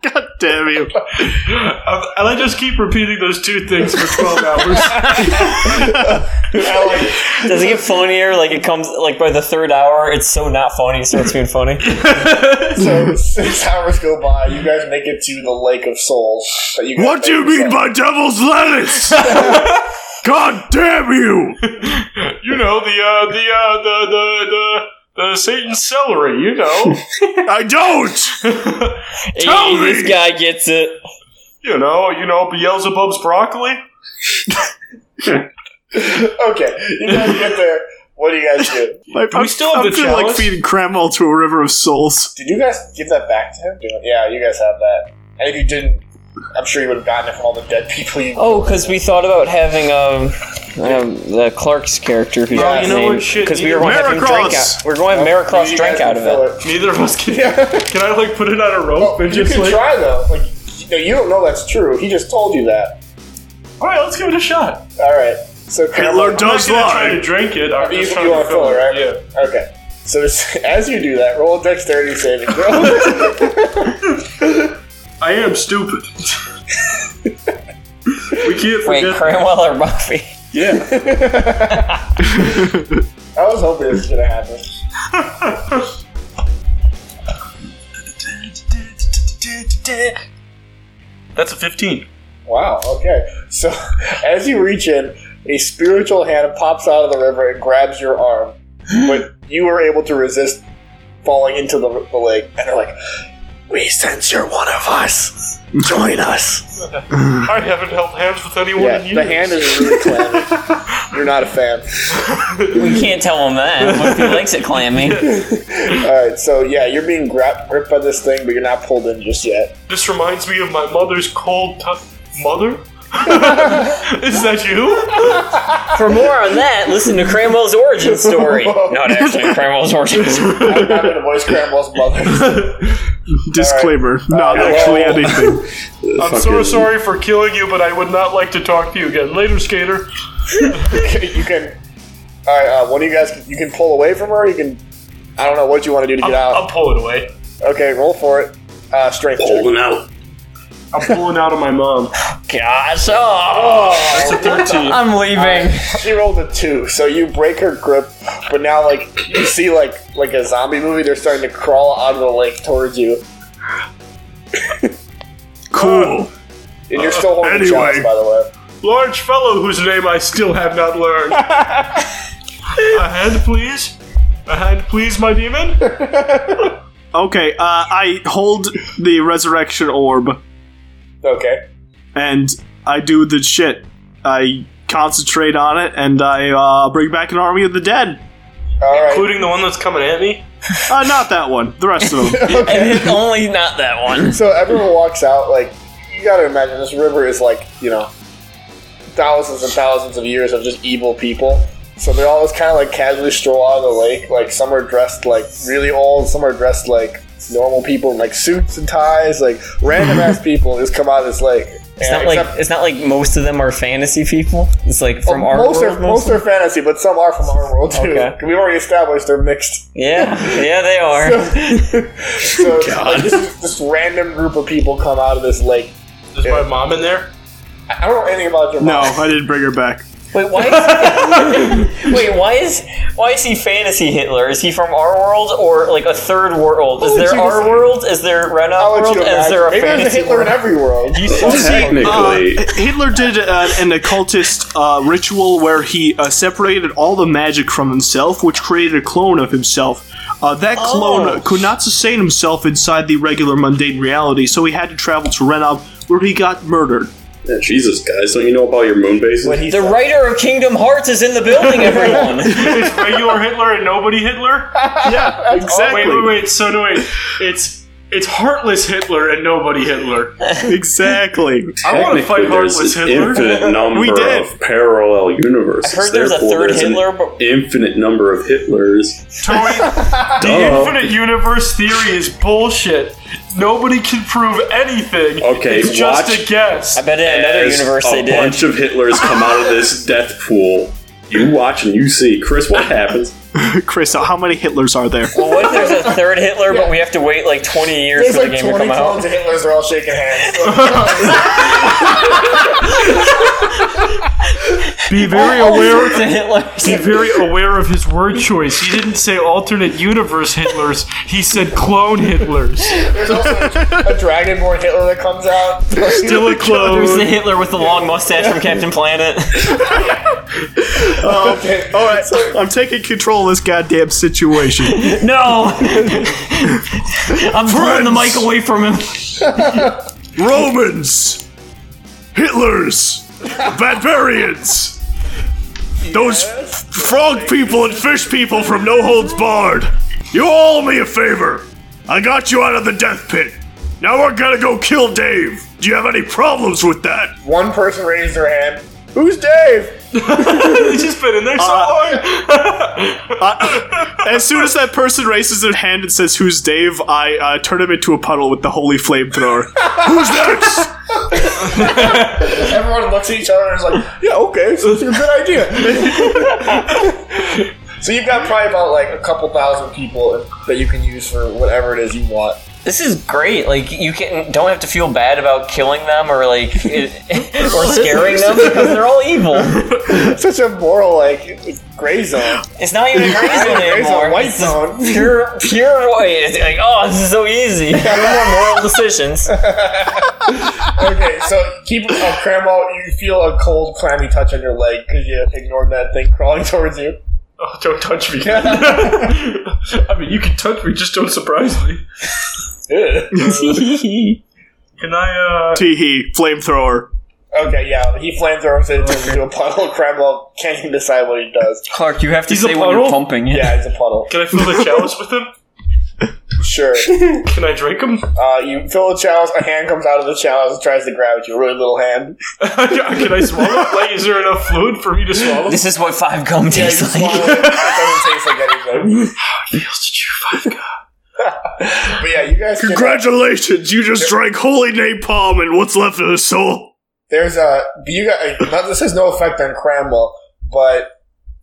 [SPEAKER 1] God damn you.
[SPEAKER 4] Um, and I just keep repeating those two things for twelve hours. <laughs>
[SPEAKER 5] Does it get funnier? Like it comes like by the third hour, it's so not funny. It starts being funny.
[SPEAKER 3] So six hours go by. You guys make it to the Lake of Souls. that you guys
[SPEAKER 1] What do you
[SPEAKER 3] made
[SPEAKER 1] mean
[SPEAKER 3] yourself.
[SPEAKER 1] by devil's
[SPEAKER 8] <laughs>
[SPEAKER 1] lettuce? God damn you!
[SPEAKER 4] you know the uh, the uh, the the the the Satan's celery. You know. <laughs>
[SPEAKER 1] I don't!
[SPEAKER 5] Hey, this guy gets it.
[SPEAKER 4] you know. You know Beelzebub's broccoli.
[SPEAKER 3] <laughs> Okay, you guys get there. What do you guys do?
[SPEAKER 1] Like, I'm,
[SPEAKER 4] we still have
[SPEAKER 1] I'm
[SPEAKER 4] the
[SPEAKER 1] feeling like
[SPEAKER 4] chalice?
[SPEAKER 1] feeding Cramwell to a river of souls.
[SPEAKER 3] Did you guys give that back to him? Yeah, you guys have that. And if you didn't, I'm sure you would have gotten it from all the dead people you.
[SPEAKER 5] Oh, because we thought about having um, um the Clark's character who's
[SPEAKER 3] Yeah,
[SPEAKER 5] not
[SPEAKER 3] you
[SPEAKER 4] Oh, know
[SPEAKER 5] named
[SPEAKER 4] what, shit,
[SPEAKER 5] because we
[SPEAKER 4] you-
[SPEAKER 5] were going to have him drink
[SPEAKER 1] Maracross!
[SPEAKER 5] out. We're going
[SPEAKER 4] Oh,
[SPEAKER 5] to have Maracross
[SPEAKER 3] You
[SPEAKER 5] drink
[SPEAKER 3] guys
[SPEAKER 5] out of
[SPEAKER 3] can
[SPEAKER 5] it.
[SPEAKER 3] fill
[SPEAKER 4] Neither of us can. Can I like put it on a rope
[SPEAKER 3] Well,
[SPEAKER 4] and
[SPEAKER 3] you
[SPEAKER 4] just
[SPEAKER 3] can
[SPEAKER 4] like?
[SPEAKER 3] try though. Like, you, know, you don't know that's true. He just told you that.
[SPEAKER 4] All right, let's give it a shot.
[SPEAKER 3] All right. So
[SPEAKER 1] Hitler does
[SPEAKER 4] I'm not gonna try
[SPEAKER 1] lie!
[SPEAKER 4] to drink it. I'm
[SPEAKER 3] You,
[SPEAKER 4] just
[SPEAKER 3] you
[SPEAKER 4] trying
[SPEAKER 3] want
[SPEAKER 4] to
[SPEAKER 3] to fill it, right?
[SPEAKER 4] Yeah.
[SPEAKER 3] Okay. So <laughs> as- as you do that, roll a dexterity saving
[SPEAKER 4] <laughs>
[SPEAKER 3] throw.
[SPEAKER 4] I am stupid. we can't
[SPEAKER 5] Wait,
[SPEAKER 4] forget.
[SPEAKER 5] Cranwell or
[SPEAKER 4] <laughs>
[SPEAKER 5] Buffy?
[SPEAKER 4] yeah.
[SPEAKER 3] I was hoping this was gonna happen.
[SPEAKER 4] <laughs> That's a 15.
[SPEAKER 3] Wow. Okay. So <laughs> as you reach in, a spiritual hand pops out of the river and grabs your arm, but you were able to resist falling into the, the lake. And they're like, "We sense you're one of us. Join us."
[SPEAKER 4] I haven't held hands with anyone
[SPEAKER 3] Yeah,
[SPEAKER 4] in years.
[SPEAKER 3] the hand is really clammy. You're not a fan.
[SPEAKER 5] We can't tell him that. What if he likes
[SPEAKER 4] <laughs>
[SPEAKER 5] it clammy?
[SPEAKER 3] All right, so yeah, you're being gra- gripped by this thing, but you're not pulled in just yet.
[SPEAKER 4] This reminds me of my mother's cold
[SPEAKER 3] <laughs>
[SPEAKER 4] t- mother. Is that you?
[SPEAKER 10] For more on that, listen to Cramwell's
[SPEAKER 4] <laughs>
[SPEAKER 10] origin story.
[SPEAKER 5] Not actually. Primal's orchards.
[SPEAKER 3] I'm not going to voice Cramwell's mother. <laughs>
[SPEAKER 1] Disclaimer:
[SPEAKER 4] Uh,
[SPEAKER 1] Not actually
[SPEAKER 4] <laughs>
[SPEAKER 1] anything.
[SPEAKER 4] I'm so sorry for killing you, but I would not like to talk to you again. Later, skater.
[SPEAKER 3] you can. All right, uh, what do you guys? You can pull away from her. You can. I don't know what you want to do to
[SPEAKER 4] I'll,
[SPEAKER 3] get out.
[SPEAKER 4] I'll pull it away.
[SPEAKER 3] Okay, roll for it. Uh, strength check.
[SPEAKER 6] Holding out.
[SPEAKER 4] I'm pulling out of my mom.
[SPEAKER 5] Gosh, oh,
[SPEAKER 4] That's a 13.
[SPEAKER 5] I'm leaving.
[SPEAKER 3] She rolled a two, so you break her grip, but now like you see like like a zombie movie, they're starting to crawl out of the lake towards you,
[SPEAKER 1] Cool.
[SPEAKER 3] and you're still holding the
[SPEAKER 11] anyway.
[SPEAKER 3] shots, by the way.
[SPEAKER 4] Large fellow whose name I still have
[SPEAKER 3] <laughs>
[SPEAKER 4] not learned. a hand, please. A hand, please, my
[SPEAKER 3] <laughs>
[SPEAKER 4] demon.
[SPEAKER 1] Okay, uh, I hold the resurrection orb
[SPEAKER 3] Okay.
[SPEAKER 1] and I do the shit. I concentrate on it and I uh, bring back an army of the dead.
[SPEAKER 3] All right.
[SPEAKER 4] Including the one that's coming at me.
[SPEAKER 1] Uh, not that one. The rest of
[SPEAKER 4] <laughs>
[SPEAKER 1] them.
[SPEAKER 5] And it's only not that one.
[SPEAKER 3] So everyone walks out. Like you got to imagine, this river is like you know thousands and thousands of years of just evil people. So they all just kind of like casually stroll out of the lake. Like some are dressed like really old, some are dressed like normal people in like suits and ties. Like random
[SPEAKER 5] <laughs>
[SPEAKER 3] ass people just come out of this lake.
[SPEAKER 5] It's not like it's not like most of them are fantasy people. It's like from
[SPEAKER 10] Oh,
[SPEAKER 5] our
[SPEAKER 3] most
[SPEAKER 5] world.
[SPEAKER 3] are most
[SPEAKER 5] mostly.
[SPEAKER 3] are fantasy, but some are from our world too.
[SPEAKER 5] Okay.
[SPEAKER 3] We've already established they're mixed.
[SPEAKER 5] <laughs> yeah, yeah, they are.
[SPEAKER 3] <laughs> so like, this, is- this random group of people come out of this lake.
[SPEAKER 4] Is my mom in there?
[SPEAKER 3] I don't know anything about your
[SPEAKER 1] No,
[SPEAKER 3] mom.
[SPEAKER 1] I didn't bring her back.
[SPEAKER 5] Wait, why? Is, <laughs> wait, why is why is he fantasy Hitler? Is he from our world or like a third world? Is
[SPEAKER 3] I'll let
[SPEAKER 5] there
[SPEAKER 3] you
[SPEAKER 5] our
[SPEAKER 3] decide.
[SPEAKER 5] world? Is there
[SPEAKER 3] I'll
[SPEAKER 5] Renov
[SPEAKER 3] let
[SPEAKER 5] world?
[SPEAKER 3] you
[SPEAKER 5] Is there a
[SPEAKER 3] imagine. Maybe there's a
[SPEAKER 5] fantasy
[SPEAKER 3] Hitler in every world.
[SPEAKER 1] Uh,
[SPEAKER 6] Technically,
[SPEAKER 1] Hitler did an, an occultist uh, ritual where he uh, separated all the magic from himself, which created a clone of himself. Uh, that clone could not sustain himself inside the regular mundane reality, so he had to travel to Renov, where he got murdered.
[SPEAKER 6] Yeah,
[SPEAKER 8] Uh,
[SPEAKER 6] Jesus, guys, don't you know about your moon bases?
[SPEAKER 5] The writer of Kingdom Hearts is in the building, everyone.
[SPEAKER 4] It's regular Hitler and nobody
[SPEAKER 5] <laughs>
[SPEAKER 4] Hitler?
[SPEAKER 1] Yeah, exactly.
[SPEAKER 4] Wait, wait, wait. So no, wait. It's it's heartless Hitler and nobody Hitler.
[SPEAKER 1] Exactly.
[SPEAKER 4] I want to fight
[SPEAKER 6] Technically, there's
[SPEAKER 4] heartless
[SPEAKER 6] an
[SPEAKER 4] Hitler. <laughs>
[SPEAKER 6] infinite number
[SPEAKER 1] We did.
[SPEAKER 6] of parallel universes.
[SPEAKER 5] Heard there's a
[SPEAKER 6] Therefore,
[SPEAKER 5] third
[SPEAKER 6] there's an
[SPEAKER 5] Hitler, but
[SPEAKER 6] infinite number of Hitlers.
[SPEAKER 5] <laughs>
[SPEAKER 4] Tony, the infinite universe theory is bullshit. Nobody can prove anything.
[SPEAKER 6] Okay,
[SPEAKER 4] it's just
[SPEAKER 6] watch-
[SPEAKER 4] a guess.
[SPEAKER 5] I bet in another
[SPEAKER 6] As
[SPEAKER 5] universe
[SPEAKER 6] a
[SPEAKER 5] they did.
[SPEAKER 6] bunch of Hitlers come out of
[SPEAKER 5] <laughs>
[SPEAKER 6] this death pool. You watch and you see, Chris.
[SPEAKER 4] <laughs>
[SPEAKER 6] What happens?
[SPEAKER 1] <laughs> Chris, how many Hitlers are there?
[SPEAKER 5] Well, what if there's a third Hitler, but we have to wait like 20 years
[SPEAKER 3] There's
[SPEAKER 5] for
[SPEAKER 3] like
[SPEAKER 5] the game to
[SPEAKER 3] 20
[SPEAKER 5] come
[SPEAKER 3] clones
[SPEAKER 5] out?
[SPEAKER 3] of Hitlers. They're all shaking hands.
[SPEAKER 4] Be
[SPEAKER 5] <laughs>
[SPEAKER 4] very
[SPEAKER 5] It's
[SPEAKER 4] aware.
[SPEAKER 5] a Hitler.
[SPEAKER 4] Be very aware of his word choice. He didn't say alternate universe Hitlers. He said clone Hitlers.
[SPEAKER 3] There's also a dragonborn Hitler that comes <laughs> out.
[SPEAKER 4] Still a
[SPEAKER 5] There's the
[SPEAKER 4] clone.
[SPEAKER 5] Hitler with the long mustache from Captain Planet.
[SPEAKER 1] All right, I'm taking control of this goddamn situation.
[SPEAKER 5] <laughs> No! I'm pulling the mic away from him.
[SPEAKER 11] Romans, Hitlers, barbarians, those f- frog people and fish people from No Holds Barred. You all owe me a favor. I got you out of the death pit. Now we're gonna go kill Dave. Do you have any problems with that?
[SPEAKER 3] One person raised their hand. Who's Dave?
[SPEAKER 4] He's just been in there so
[SPEAKER 5] Uh,
[SPEAKER 4] long.
[SPEAKER 1] As soon as that person raises their hand and says, "Who's Dave?" I uh, turn him into a puddle with the holy flamethrower.
[SPEAKER 11] Who's next?
[SPEAKER 3] Everyone looks at each other and is like, <laughs> yeah, okay, so
[SPEAKER 1] <laughs>
[SPEAKER 3] it's a good idea. <laughs> so you've got probably about like a couple thousand people that you can use for whatever it is you want.
[SPEAKER 5] This is great. Like, you can, don't have to feel bad about killing them or, like, <laughs> it- or scaring them because they're all evil.
[SPEAKER 3] Such a moral, like, gray zone.
[SPEAKER 5] It's not even a gray
[SPEAKER 3] Gray
[SPEAKER 5] zone
[SPEAKER 3] zone,
[SPEAKER 5] anymore.
[SPEAKER 3] white
[SPEAKER 5] It's just
[SPEAKER 3] zone.
[SPEAKER 5] Pure, pure white. It's like, oh, this is so easy. No more moral decisions.
[SPEAKER 3] Okay, so keep a cramble. You feel a cold, clammy touch on your leg because you ignored that thing crawling <laughs> towards you.
[SPEAKER 4] Oh, don't touch me. <laughs> I mean, you can touch me, just don't surprise me.
[SPEAKER 3] Ew.
[SPEAKER 4] Can I, uh.
[SPEAKER 1] Teehee, flamethrower.
[SPEAKER 3] <laughs> Okay, yeah, he flamethrowers it into a puddle. Cromwell can't even decide what he does.
[SPEAKER 12] Clark, you have to
[SPEAKER 4] He's a
[SPEAKER 12] say when you're
[SPEAKER 4] puddle?
[SPEAKER 12] pumping it.
[SPEAKER 3] Yeah, it's a puddle.
[SPEAKER 4] Can I fill the chalice with him?
[SPEAKER 5] <laughs>
[SPEAKER 3] Sure.
[SPEAKER 4] Can I drink him? <laughs>
[SPEAKER 3] Uh, you fill a chalice, a hand comes out of the chalice and tries to grab it. You really little hand.
[SPEAKER 4] Can I swallow? Like, is there enough fluid for me to swallow?
[SPEAKER 12] This is what five gum
[SPEAKER 3] Yeah, you
[SPEAKER 12] tastes
[SPEAKER 3] swallow
[SPEAKER 12] like.
[SPEAKER 3] it. It doesn't taste like anything. <laughs> But yeah, you guys can.
[SPEAKER 13] Congratulations, you just drank holy napalm and what's left of his soul.
[SPEAKER 3] There's a you guys. Now this has no effect on Cramwell, but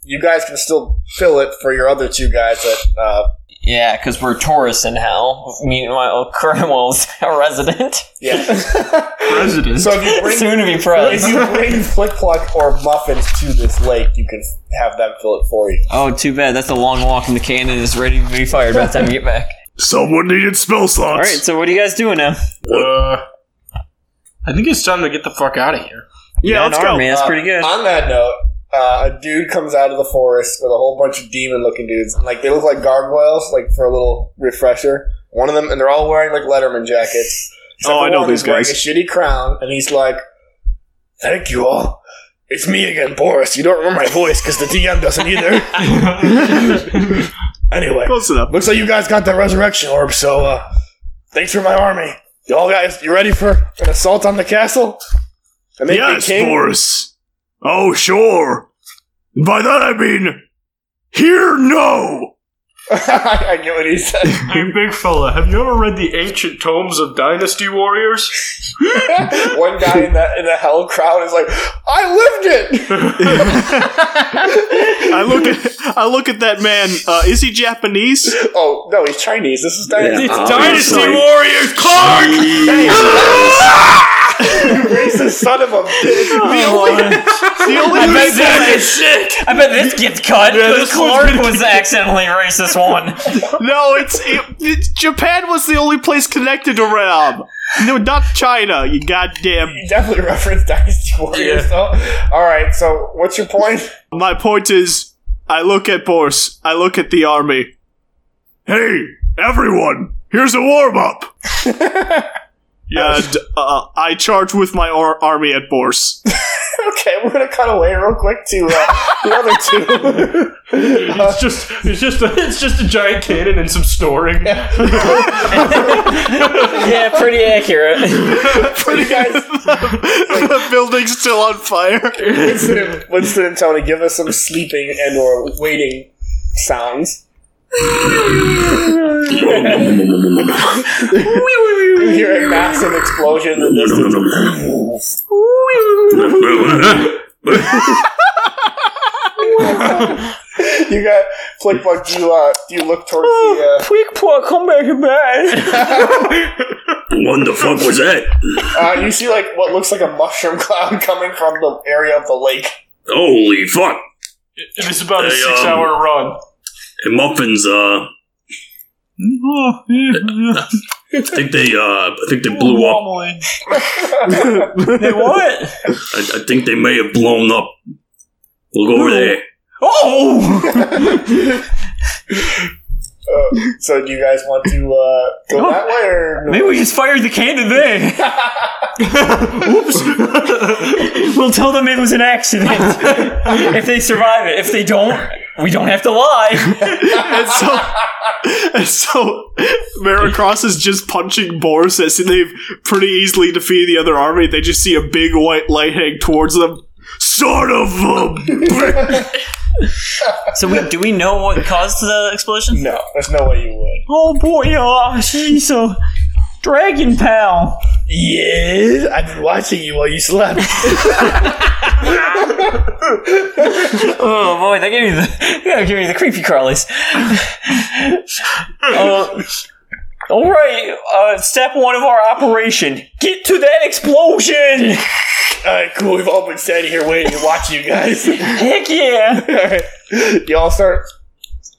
[SPEAKER 3] you guys can still fill it for your other two guys. That uh,
[SPEAKER 5] <laughs> Yeah, because we're tourists in hell. Meanwhile, Cromwell's a resident.
[SPEAKER 3] yeah.
[SPEAKER 4] President.
[SPEAKER 3] So if you bring
[SPEAKER 5] Soon to be
[SPEAKER 3] if
[SPEAKER 5] press.
[SPEAKER 3] you bring Flick Pluck or Muffins to this lake, you can have them fill it for you.
[SPEAKER 5] Oh, too bad. That's a long walk, and the cannon is ready to be fired by the time you get back.
[SPEAKER 13] Someone needed spell
[SPEAKER 5] All right,
[SPEAKER 13] slots.
[SPEAKER 5] so what are you guys doing now?
[SPEAKER 4] Uh, I think it's time to get the fuck out of here.
[SPEAKER 1] Yeah, let's
[SPEAKER 5] An
[SPEAKER 1] go.
[SPEAKER 5] arm, man. That's
[SPEAKER 3] Uh,
[SPEAKER 5] pretty good.
[SPEAKER 3] On that note, uh, a dude comes out of the forest with a whole bunch of demon-looking dudes, and like they look like gargoyles, like for a little refresher. One of them, and they're all wearing like Letterman jackets. Except
[SPEAKER 1] Oh,
[SPEAKER 3] for
[SPEAKER 1] I know
[SPEAKER 3] one who's
[SPEAKER 1] these guys.
[SPEAKER 3] Wearing a shitty crown, and he's like, "Thank you all. It's me again, Boris. You don't remember my voice because the DM doesn't
[SPEAKER 1] <laughs>
[SPEAKER 3] either. <laughs> anyway,
[SPEAKER 1] Close enough.
[SPEAKER 3] looks like you guys got that resurrection orb. So, uh, thanks for my army. Y'all guys, you ready for an assault on the castle? And make me
[SPEAKER 13] yes, Boris. Oh, sure. By that I mean, here, no.
[SPEAKER 3] <laughs> I get what
[SPEAKER 1] <laughs>
[SPEAKER 3] he said.
[SPEAKER 4] Hey, big fella, have you ever read the ancient tomes of Dynasty Warriors?
[SPEAKER 3] One guy in the in the hell crowd is like, "I lived it."
[SPEAKER 1] I look at I look at that man. Uh, is he Japanese?
[SPEAKER 3] Oh no, he's Chinese. This is Dynasty.
[SPEAKER 1] uh-huh.
[SPEAKER 14] Yeah,
[SPEAKER 4] Dynasty
[SPEAKER 14] obviously.
[SPEAKER 4] Warriors, Clark!
[SPEAKER 3] Racist son of a bitch.
[SPEAKER 1] The only reason
[SPEAKER 5] I bet this gets cut because Clark was the accidentally racist one.
[SPEAKER 1] no, it's it, it- Japan was the only place connected to Rob. No, not China. You goddamn.
[SPEAKER 3] You definitely referenced Dynasty Warriors. Though. All right. So, what's your point? <laughs>
[SPEAKER 1] My point is, I look at Boris. I look at the army.
[SPEAKER 13] Hey, everyone, here's a warm up.
[SPEAKER 1] <laughs> And uh, I charge with my or- army at Boris.
[SPEAKER 3] Okay, we're gonna cut away real quick to uh, the other two.
[SPEAKER 1] <laughs>
[SPEAKER 4] It's just, it's just, a, it's just a giant cannon and some snoring.
[SPEAKER 5] Yeah, pretty accurate.
[SPEAKER 3] you guys,
[SPEAKER 1] the building's still on fire.
[SPEAKER 3] Winston and, Winston and Tony, give us some sleeping and or waiting sounds. You hear a massive explosion in the distance. <laughs> You got flick bug. Do you uh, do you look towards the?
[SPEAKER 5] Quick, poor, come back to bed.
[SPEAKER 6] <laughs>
[SPEAKER 4] <laughs>
[SPEAKER 6] what the fuck was that?
[SPEAKER 3] <laughs> Uh, uh, you see like what looks like a mushroom <laughs> cloud coming from the area of the lake. <laughs>
[SPEAKER 6] Holy fuck.
[SPEAKER 4] It is about a
[SPEAKER 6] Hey, um,
[SPEAKER 4] six-hour run.
[SPEAKER 6] Hey, muffins,
[SPEAKER 4] <laughs>
[SPEAKER 6] uh. I think they, uh, I think they blew up.
[SPEAKER 3] Uh,
[SPEAKER 5] They what?
[SPEAKER 6] I, I think they may have blown up. Look over there.
[SPEAKER 3] Uh, so do you guys want to uh, go that way or no?
[SPEAKER 5] <laughs> Maybe we just fired the cannon there. Oops. <laughs> we'll tell them it was an accident. if they survive it. If they don't, we don't have to lie.
[SPEAKER 1] And <laughs> so, and so Maracross is just punching Boris as they've pretty easily defeated the other army. They just see a big white light hang towards them.
[SPEAKER 13] Sort of
[SPEAKER 1] <laughs>
[SPEAKER 13] a.
[SPEAKER 5] So we, do we know what caused the explosion?
[SPEAKER 3] No, there's no way you would.
[SPEAKER 5] Oh boy, oh, she's a dragon pal.
[SPEAKER 3] Yes, I've been watching you while you <laughs> slept.
[SPEAKER 5] Oh boy, that gave me the <laughs> that gave me the creepy <laughs> crawlies. Uh, all right, uh, step one of our operation: get to that explosion.
[SPEAKER 3] All right, cool. We've all been standing here waiting and watching you <laughs> guys.
[SPEAKER 5] Heck yeah!
[SPEAKER 3] All right, y'all start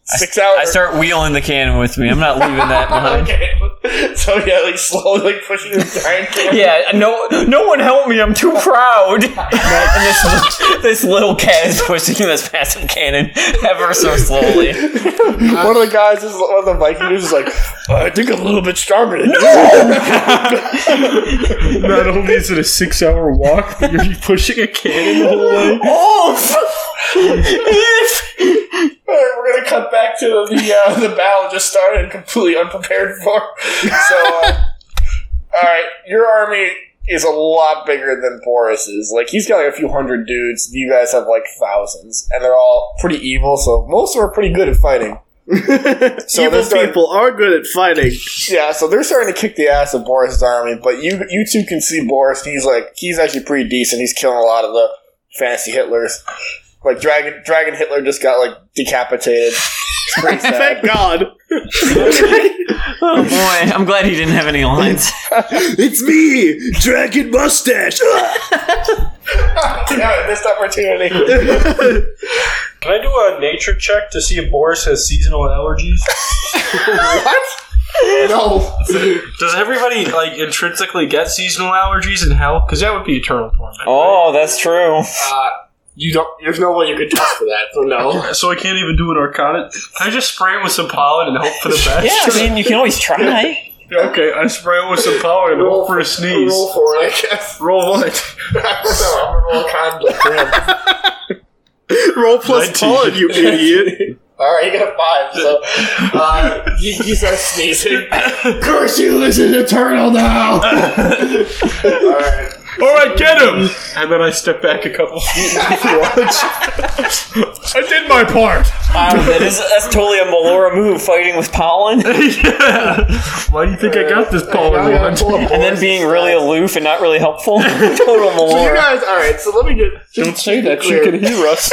[SPEAKER 3] six hours.
[SPEAKER 5] I start wheeling the cannon with me. I'm not leaving that behind.
[SPEAKER 3] <laughs> Okay. So yeah, like slowly like pushing this <laughs> giant can.
[SPEAKER 5] Yeah, no, no one help me. I'm too proud. and this, this little cat is pushing this massive cannon ever so slowly.
[SPEAKER 3] One of the guys is one of the Vikings is like, I think I'm a little bit stronger than you.
[SPEAKER 4] Not only is it a six hour walk, but you're <laughs> pushing a cannon the whole way.
[SPEAKER 15] we're gonna cut back to the the, uh, the battle just started, completely unprepared for. So, uh, all right, your army is a lot bigger than Boris's. Like he's got like a few hundred dudes. You guys have like thousands, and they're all pretty evil. So most of them are pretty good at
[SPEAKER 1] <laughs>
[SPEAKER 15] fighting. So
[SPEAKER 1] Evil
[SPEAKER 15] this guy-
[SPEAKER 1] people are good at fighting.
[SPEAKER 15] Yeah, so they're starting to kick the ass of Boris's army, but you you two can see Boris. He's like he's actually pretty decent. He's killing a lot of the fancy Hitlers. Like Dragon Dragon Hitler just got like decapitated. It's
[SPEAKER 1] <laughs>
[SPEAKER 15] pretty sad.
[SPEAKER 1] Thank God.
[SPEAKER 5] Oh boy, I'm glad he didn't have any lines.
[SPEAKER 1] It's me, Dragon Mustache.
[SPEAKER 15] yeah, I missed opportunity.
[SPEAKER 4] Can I do a nature check to see if Boris has seasonal allergies?
[SPEAKER 15] no.
[SPEAKER 4] Does everybody like intrinsically get seasonal allergies in hell? Because that would be eternal torment.
[SPEAKER 5] Oh, that's true.
[SPEAKER 3] You don't. There's no way you could test for that. So no.
[SPEAKER 4] So I can't even do an arcana. Can I just spray it with some pollen and hope for the best?
[SPEAKER 5] Yeah,
[SPEAKER 4] <laughs>
[SPEAKER 5] I mean, you can always try.
[SPEAKER 4] Okay, I spray it with some pollen and hope for a sneeze.
[SPEAKER 3] <laughs> Roll for it. I guess. <laughs>
[SPEAKER 4] Roll what?
[SPEAKER 3] I don't know. I'm gonna roll conflict.
[SPEAKER 1] Roll plus pollen, you idiot.
[SPEAKER 3] All right, you got a five. So uh, you, you start sneezing. <laughs>
[SPEAKER 16] Curse you, listen eternal now!
[SPEAKER 4] All right, get him. And then I step back a couple feet and watch. I did my part.
[SPEAKER 5] Wow, that is that's totally a Melora move, fighting with pollen and
[SPEAKER 4] <laughs> Why do you think I got this pollen wand?
[SPEAKER 5] then being really aloof and not really helpful. <laughs> Total
[SPEAKER 3] You
[SPEAKER 5] Melora.
[SPEAKER 3] guys, all right. So let me get.
[SPEAKER 4] Don't say that.
[SPEAKER 3] She can
[SPEAKER 4] hear us.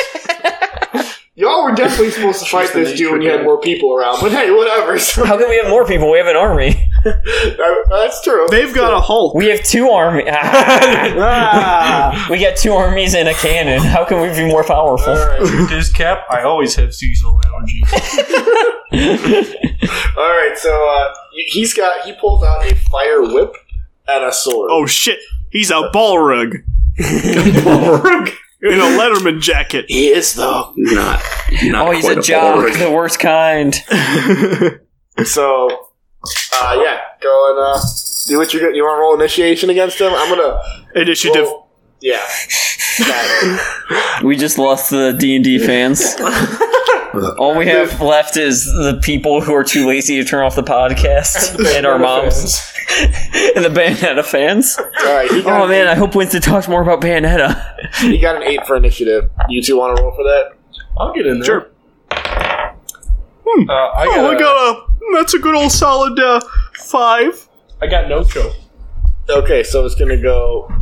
[SPEAKER 3] <laughs> Y'all were definitely supposed to fight this dude when you had more people around. But hey, whatever. <laughs> So,
[SPEAKER 5] How can we have more people? We have an army.
[SPEAKER 3] uh, that's true.
[SPEAKER 1] They've got a Hulk.
[SPEAKER 5] We have two
[SPEAKER 3] <laughs>
[SPEAKER 5] army. <laughs> we got two armies and a cannon. How can we be more powerful?
[SPEAKER 4] This cap, I always have seasonal allergies.
[SPEAKER 3] <laughs> All right. So uh, he's got. He pulls out a fire whip and a sword.
[SPEAKER 1] Oh shit, he's a <laughs> Balrog. Balrog in a Letterman jacket.
[SPEAKER 3] he is though.
[SPEAKER 6] Not, not
[SPEAKER 5] Oh, he's
[SPEAKER 6] quite
[SPEAKER 5] a jock,
[SPEAKER 6] Borg.
[SPEAKER 5] the worst kind.
[SPEAKER 3] So uh, yeah, go and uh, do what you're. gonna- You want to roll initiation against him? I'm gonna.
[SPEAKER 1] Initiative.
[SPEAKER 3] roll- yeah.
[SPEAKER 5] We just lost the D and D <laughs> fans. All we have left is the people who are too lazy to turn off the podcast and our moms <laughs> and the Bayonetta fans.
[SPEAKER 3] All right. He got,
[SPEAKER 5] Oh man, I hope Winston talks more about Bayonetta.
[SPEAKER 3] he got an eight for initiative. You two want to roll for that?
[SPEAKER 4] I'll get in there.
[SPEAKER 1] Sure.
[SPEAKER 4] Uh, I, got
[SPEAKER 1] Oh, I
[SPEAKER 4] a-
[SPEAKER 1] got a. That's a good old solid uh, five.
[SPEAKER 4] I got no choke.
[SPEAKER 3] Okay, so it's gonna go.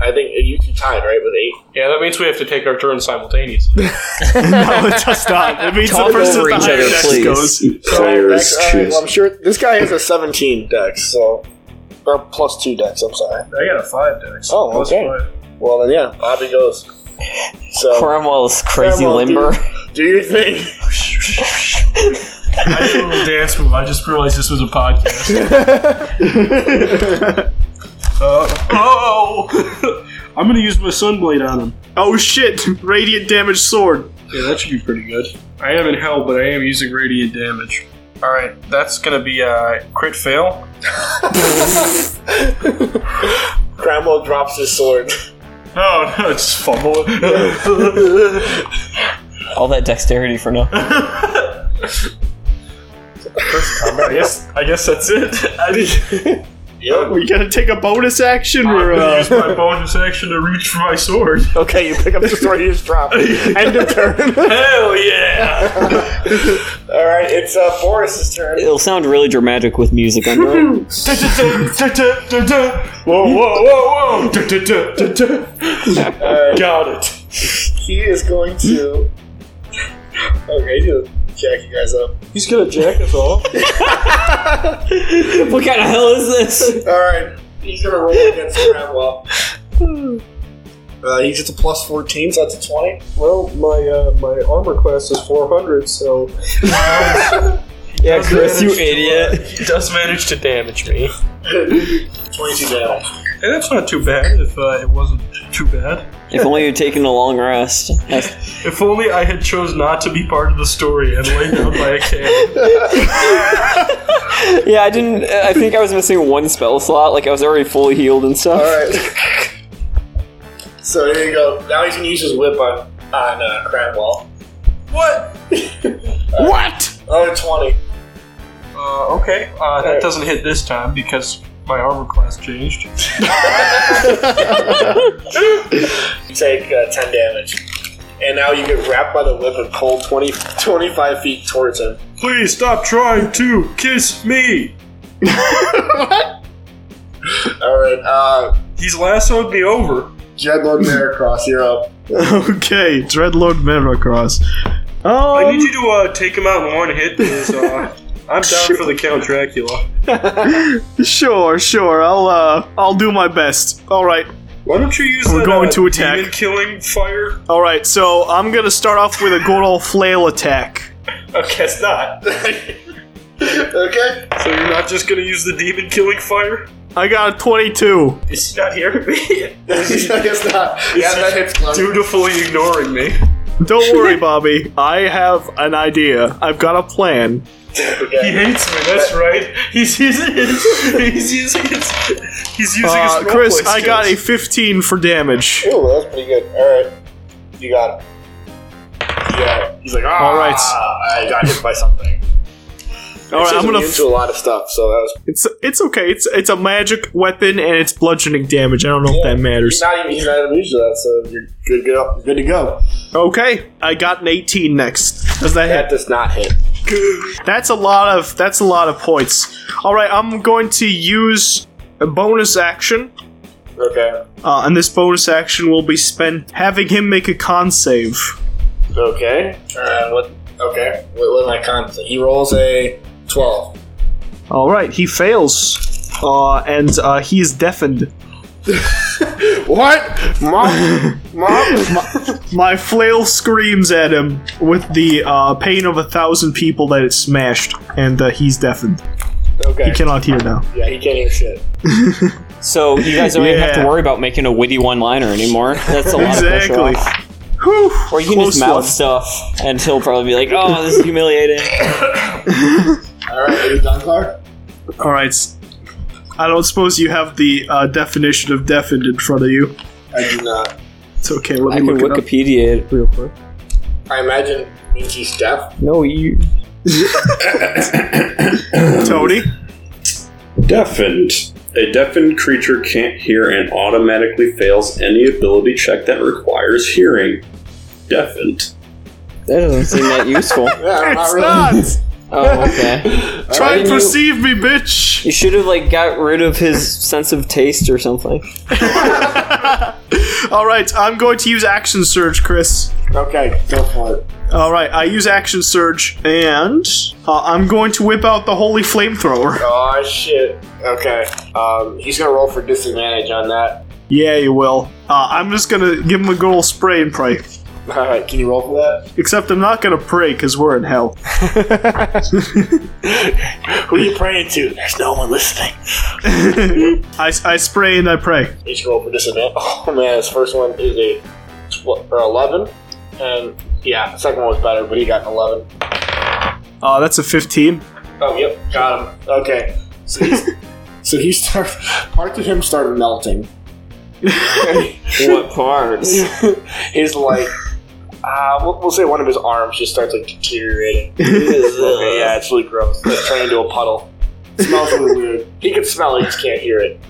[SPEAKER 3] I think you two tied right with eight.
[SPEAKER 4] Yeah, that means we have to take our turn simultaneously.
[SPEAKER 1] <laughs> No, it does not. It means the person
[SPEAKER 5] over
[SPEAKER 1] with the
[SPEAKER 5] each
[SPEAKER 1] higher
[SPEAKER 5] other,
[SPEAKER 1] dex
[SPEAKER 5] please.
[SPEAKER 1] goes.
[SPEAKER 6] Players
[SPEAKER 3] All right,
[SPEAKER 6] choose.
[SPEAKER 3] well, I'm sure this guy has a 17 dex, so or plus two dex. I'm sorry.
[SPEAKER 4] I got a five dex.
[SPEAKER 3] Oh, okay. Well then, yeah, Bobby goes. So
[SPEAKER 5] Cromwell is crazy
[SPEAKER 3] Cromwell,
[SPEAKER 5] limber.
[SPEAKER 3] <laughs> do your thing.
[SPEAKER 4] I did a little dance move. I just realized this was a podcast. uh, oh! <laughs> I'm gonna use my sunblade on him.
[SPEAKER 1] Oh shit, radiant damage sword.
[SPEAKER 4] Yeah, that should be pretty good. I am in hell, but I am using radiant damage. All right, that's gonna be a crit fail.
[SPEAKER 3] Cramwell drops his
[SPEAKER 4] <laughs>
[SPEAKER 3] sword.
[SPEAKER 4] No, no, Oh, <laughs> it's fumble.
[SPEAKER 5] <laughs> All that dexterity for now.
[SPEAKER 4] I guess I guess that's it. I <laughs> did
[SPEAKER 3] Yep.
[SPEAKER 1] We gotta take a bonus action or uh,
[SPEAKER 4] use my bonus action to reach for
[SPEAKER 17] <laughs>
[SPEAKER 4] my sword.
[SPEAKER 3] Okay, you pick up the sword you just
[SPEAKER 4] <laughs>
[SPEAKER 3] dropped.
[SPEAKER 1] end of turn.
[SPEAKER 4] Hell yeah!
[SPEAKER 3] <laughs> All right, it's uh, Boris's turn.
[SPEAKER 5] It'll sound really dramatic with music under it.
[SPEAKER 4] whoa, whoa, whoa, whoa! Got it.
[SPEAKER 3] He is going to. Okay, he's gonna jack you guys up.
[SPEAKER 4] He's gonna jack us all.
[SPEAKER 5] <laughs> What kind of hell is this?
[SPEAKER 3] All right, he's gonna roll against Cramwell. Uh, he gets a plus 14, so that's a 20.
[SPEAKER 4] Well, my uh, my armor class is
[SPEAKER 17] <laughs>
[SPEAKER 4] 400, so
[SPEAKER 5] Yeah, Chris, you idiot.
[SPEAKER 4] he does manage to damage me.
[SPEAKER 1] 22 damage.
[SPEAKER 17] Hey, that's not too bad if uh, it wasn't too bad.
[SPEAKER 5] If only you're taking a long <laughs> rest. That's-
[SPEAKER 17] If only I had chose not to be part of the story and laid down by a can.
[SPEAKER 5] yeah, I didn't. I think I was missing one spell slot. Like I was already fully healed and stuff.
[SPEAKER 3] Alright.
[SPEAKER 1] So there you go. Now he's gonna use his whip on on uh, Cranwell.
[SPEAKER 17] What?
[SPEAKER 1] Another 20.
[SPEAKER 17] Uh, okay, uh, that doesn't hit this time because my armor class changed.
[SPEAKER 1] You take uh, 10 damage. And now you get wrapped by the whip and pulled 20, 25 feet towards him.
[SPEAKER 17] Please stop trying to kiss me.
[SPEAKER 3] Alright, uh,
[SPEAKER 17] He's lassoed me over.
[SPEAKER 3] Dreadlord Maracross, you're up.
[SPEAKER 4] <laughs> Okay, Dreadlord Memacross.
[SPEAKER 17] I
[SPEAKER 4] Um,
[SPEAKER 17] need you to uh, take him out in one hit. 'cause, uh, I'm down for the Count Dracula.
[SPEAKER 4] sure, sure. I'll uh, I'll do my best. All right,
[SPEAKER 17] Why don't you use
[SPEAKER 4] We're
[SPEAKER 17] that,
[SPEAKER 4] going
[SPEAKER 17] uh,
[SPEAKER 4] to attack.
[SPEAKER 17] demon killing
[SPEAKER 3] <laughs>
[SPEAKER 17] fire?
[SPEAKER 4] all right. So I'm gonna start off with a good old flail attack.
[SPEAKER 17] I guess not.
[SPEAKER 3] <laughs> Okay.
[SPEAKER 17] So you're not just gonna use the demon killing fire?
[SPEAKER 4] I got a 22.
[SPEAKER 17] Is he not hearing me? <laughs>
[SPEAKER 3] I guess not. Yeah, that hits close.
[SPEAKER 17] Dutifully ignoring me.
[SPEAKER 4] Don't worry, Bobby. I have an idea. I've got a plan.
[SPEAKER 17] He hates me. That's right. He's using his. He's using his. He's using
[SPEAKER 4] Uh,
[SPEAKER 17] his. roleplay
[SPEAKER 4] Chris, I got a
[SPEAKER 17] skills.
[SPEAKER 4] 15 for damage.
[SPEAKER 3] Ooh, that was pretty good. Alright. You got it.
[SPEAKER 1] Yeah. He's like, ah,
[SPEAKER 4] All right.
[SPEAKER 1] I got hit by something.
[SPEAKER 4] All right, I'm gonna.
[SPEAKER 3] immune to a lot of stuff, so that was
[SPEAKER 4] it's it's okay. It's it's a magic weapon and it's bludgeoning damage. I don't know if that matters.
[SPEAKER 3] He's not even he's not immune to that, so you're good, good, up, good to go.
[SPEAKER 4] Okay, I got an 18 next. Does that
[SPEAKER 3] That
[SPEAKER 4] hit?
[SPEAKER 3] does not hit.
[SPEAKER 4] That's a lot of that's a lot of points. All right, I'm going to use a bonus action,
[SPEAKER 3] <laughs> Okay.
[SPEAKER 4] uh, and this bonus action will be spent having him make a con save.
[SPEAKER 3] Okay.
[SPEAKER 1] Uh, what? Okay.
[SPEAKER 3] What was my con? He rolls a twelve.
[SPEAKER 4] All right, he fails, uh, and uh, he is deafened.
[SPEAKER 3] What?
[SPEAKER 4] <laughs>
[SPEAKER 3] Mom, mom.
[SPEAKER 4] My flail screams at him with the uh, pain of a thousand people that it smashed, and uh, he's deafened.
[SPEAKER 3] Okay.
[SPEAKER 4] He cannot hear now.
[SPEAKER 3] yeah, he can't hear shit.
[SPEAKER 5] So you guys don't even have
[SPEAKER 4] Yeah.
[SPEAKER 5] to worry about making a witty one-liner anymore. That's a lot
[SPEAKER 4] Exactly.
[SPEAKER 5] of pressure. off.
[SPEAKER 4] Whew,
[SPEAKER 5] Or you can
[SPEAKER 4] close
[SPEAKER 5] just mouth
[SPEAKER 4] one.
[SPEAKER 5] stuff, and he'll probably be like, "Oh, this is humiliating."
[SPEAKER 3] All right, are you done, Clark?
[SPEAKER 4] All right. s- I don't suppose you have the uh, definition of deafened in front of you.
[SPEAKER 3] I do not.
[SPEAKER 4] It's okay. Let me
[SPEAKER 5] <laughs> I can
[SPEAKER 4] look it up.
[SPEAKER 5] Wikipedia it real quick.
[SPEAKER 3] I imagine it means he's deaf.
[SPEAKER 5] No, you.
[SPEAKER 4] Tony.
[SPEAKER 6] Deafened. A deafened creature can't hear and automatically fails any ability check that requires hearing. Deafened.
[SPEAKER 5] That doesn't seem that <laughs> useful.
[SPEAKER 3] Yeah, I'm
[SPEAKER 4] It's
[SPEAKER 3] not
[SPEAKER 4] not.
[SPEAKER 5] <laughs>
[SPEAKER 3] really.
[SPEAKER 5] Oh, okay.
[SPEAKER 4] Ah, Try and
[SPEAKER 5] you-
[SPEAKER 4] perceive me, bitch.
[SPEAKER 5] You should have like got rid of his sense of taste or something.
[SPEAKER 4] All right. I'm going to use action surge, Chris.
[SPEAKER 3] Okay, go for it.
[SPEAKER 4] All right. I use action surge, and uh, I'm going to whip out the holy flamethrower.
[SPEAKER 3] Oh shit. Okay. Um, he's gonna roll for disadvantage on that.
[SPEAKER 4] Yeah, you will. Uh, I'm just gonna give him a good old spray and pray.
[SPEAKER 3] <laughs> All right, can you roll for that?
[SPEAKER 4] Except I'm not gonna pray because we're in hell.
[SPEAKER 1] Who are you praying to? There's no one listening.
[SPEAKER 4] I, I spray and I pray.
[SPEAKER 1] Each roll for disadvantage. <laughs> Oh man, his first one is a tw- or eleven, and yeah, second one was better, but he got an eleven.
[SPEAKER 4] Uh, that's a 15.
[SPEAKER 1] Oh, yep, got him. Okay,
[SPEAKER 3] So, he's, so he starts. Parts of him start melting.
[SPEAKER 1] <laughs>
[SPEAKER 5] What parts?
[SPEAKER 3] His like,
[SPEAKER 1] uh, we'll, we'll say one of his arms just starts like deteriorating. <laughs> okay, yeah, it's really gross. It's turning into a puddle. smells really weird. He can smell it, he just can't hear it.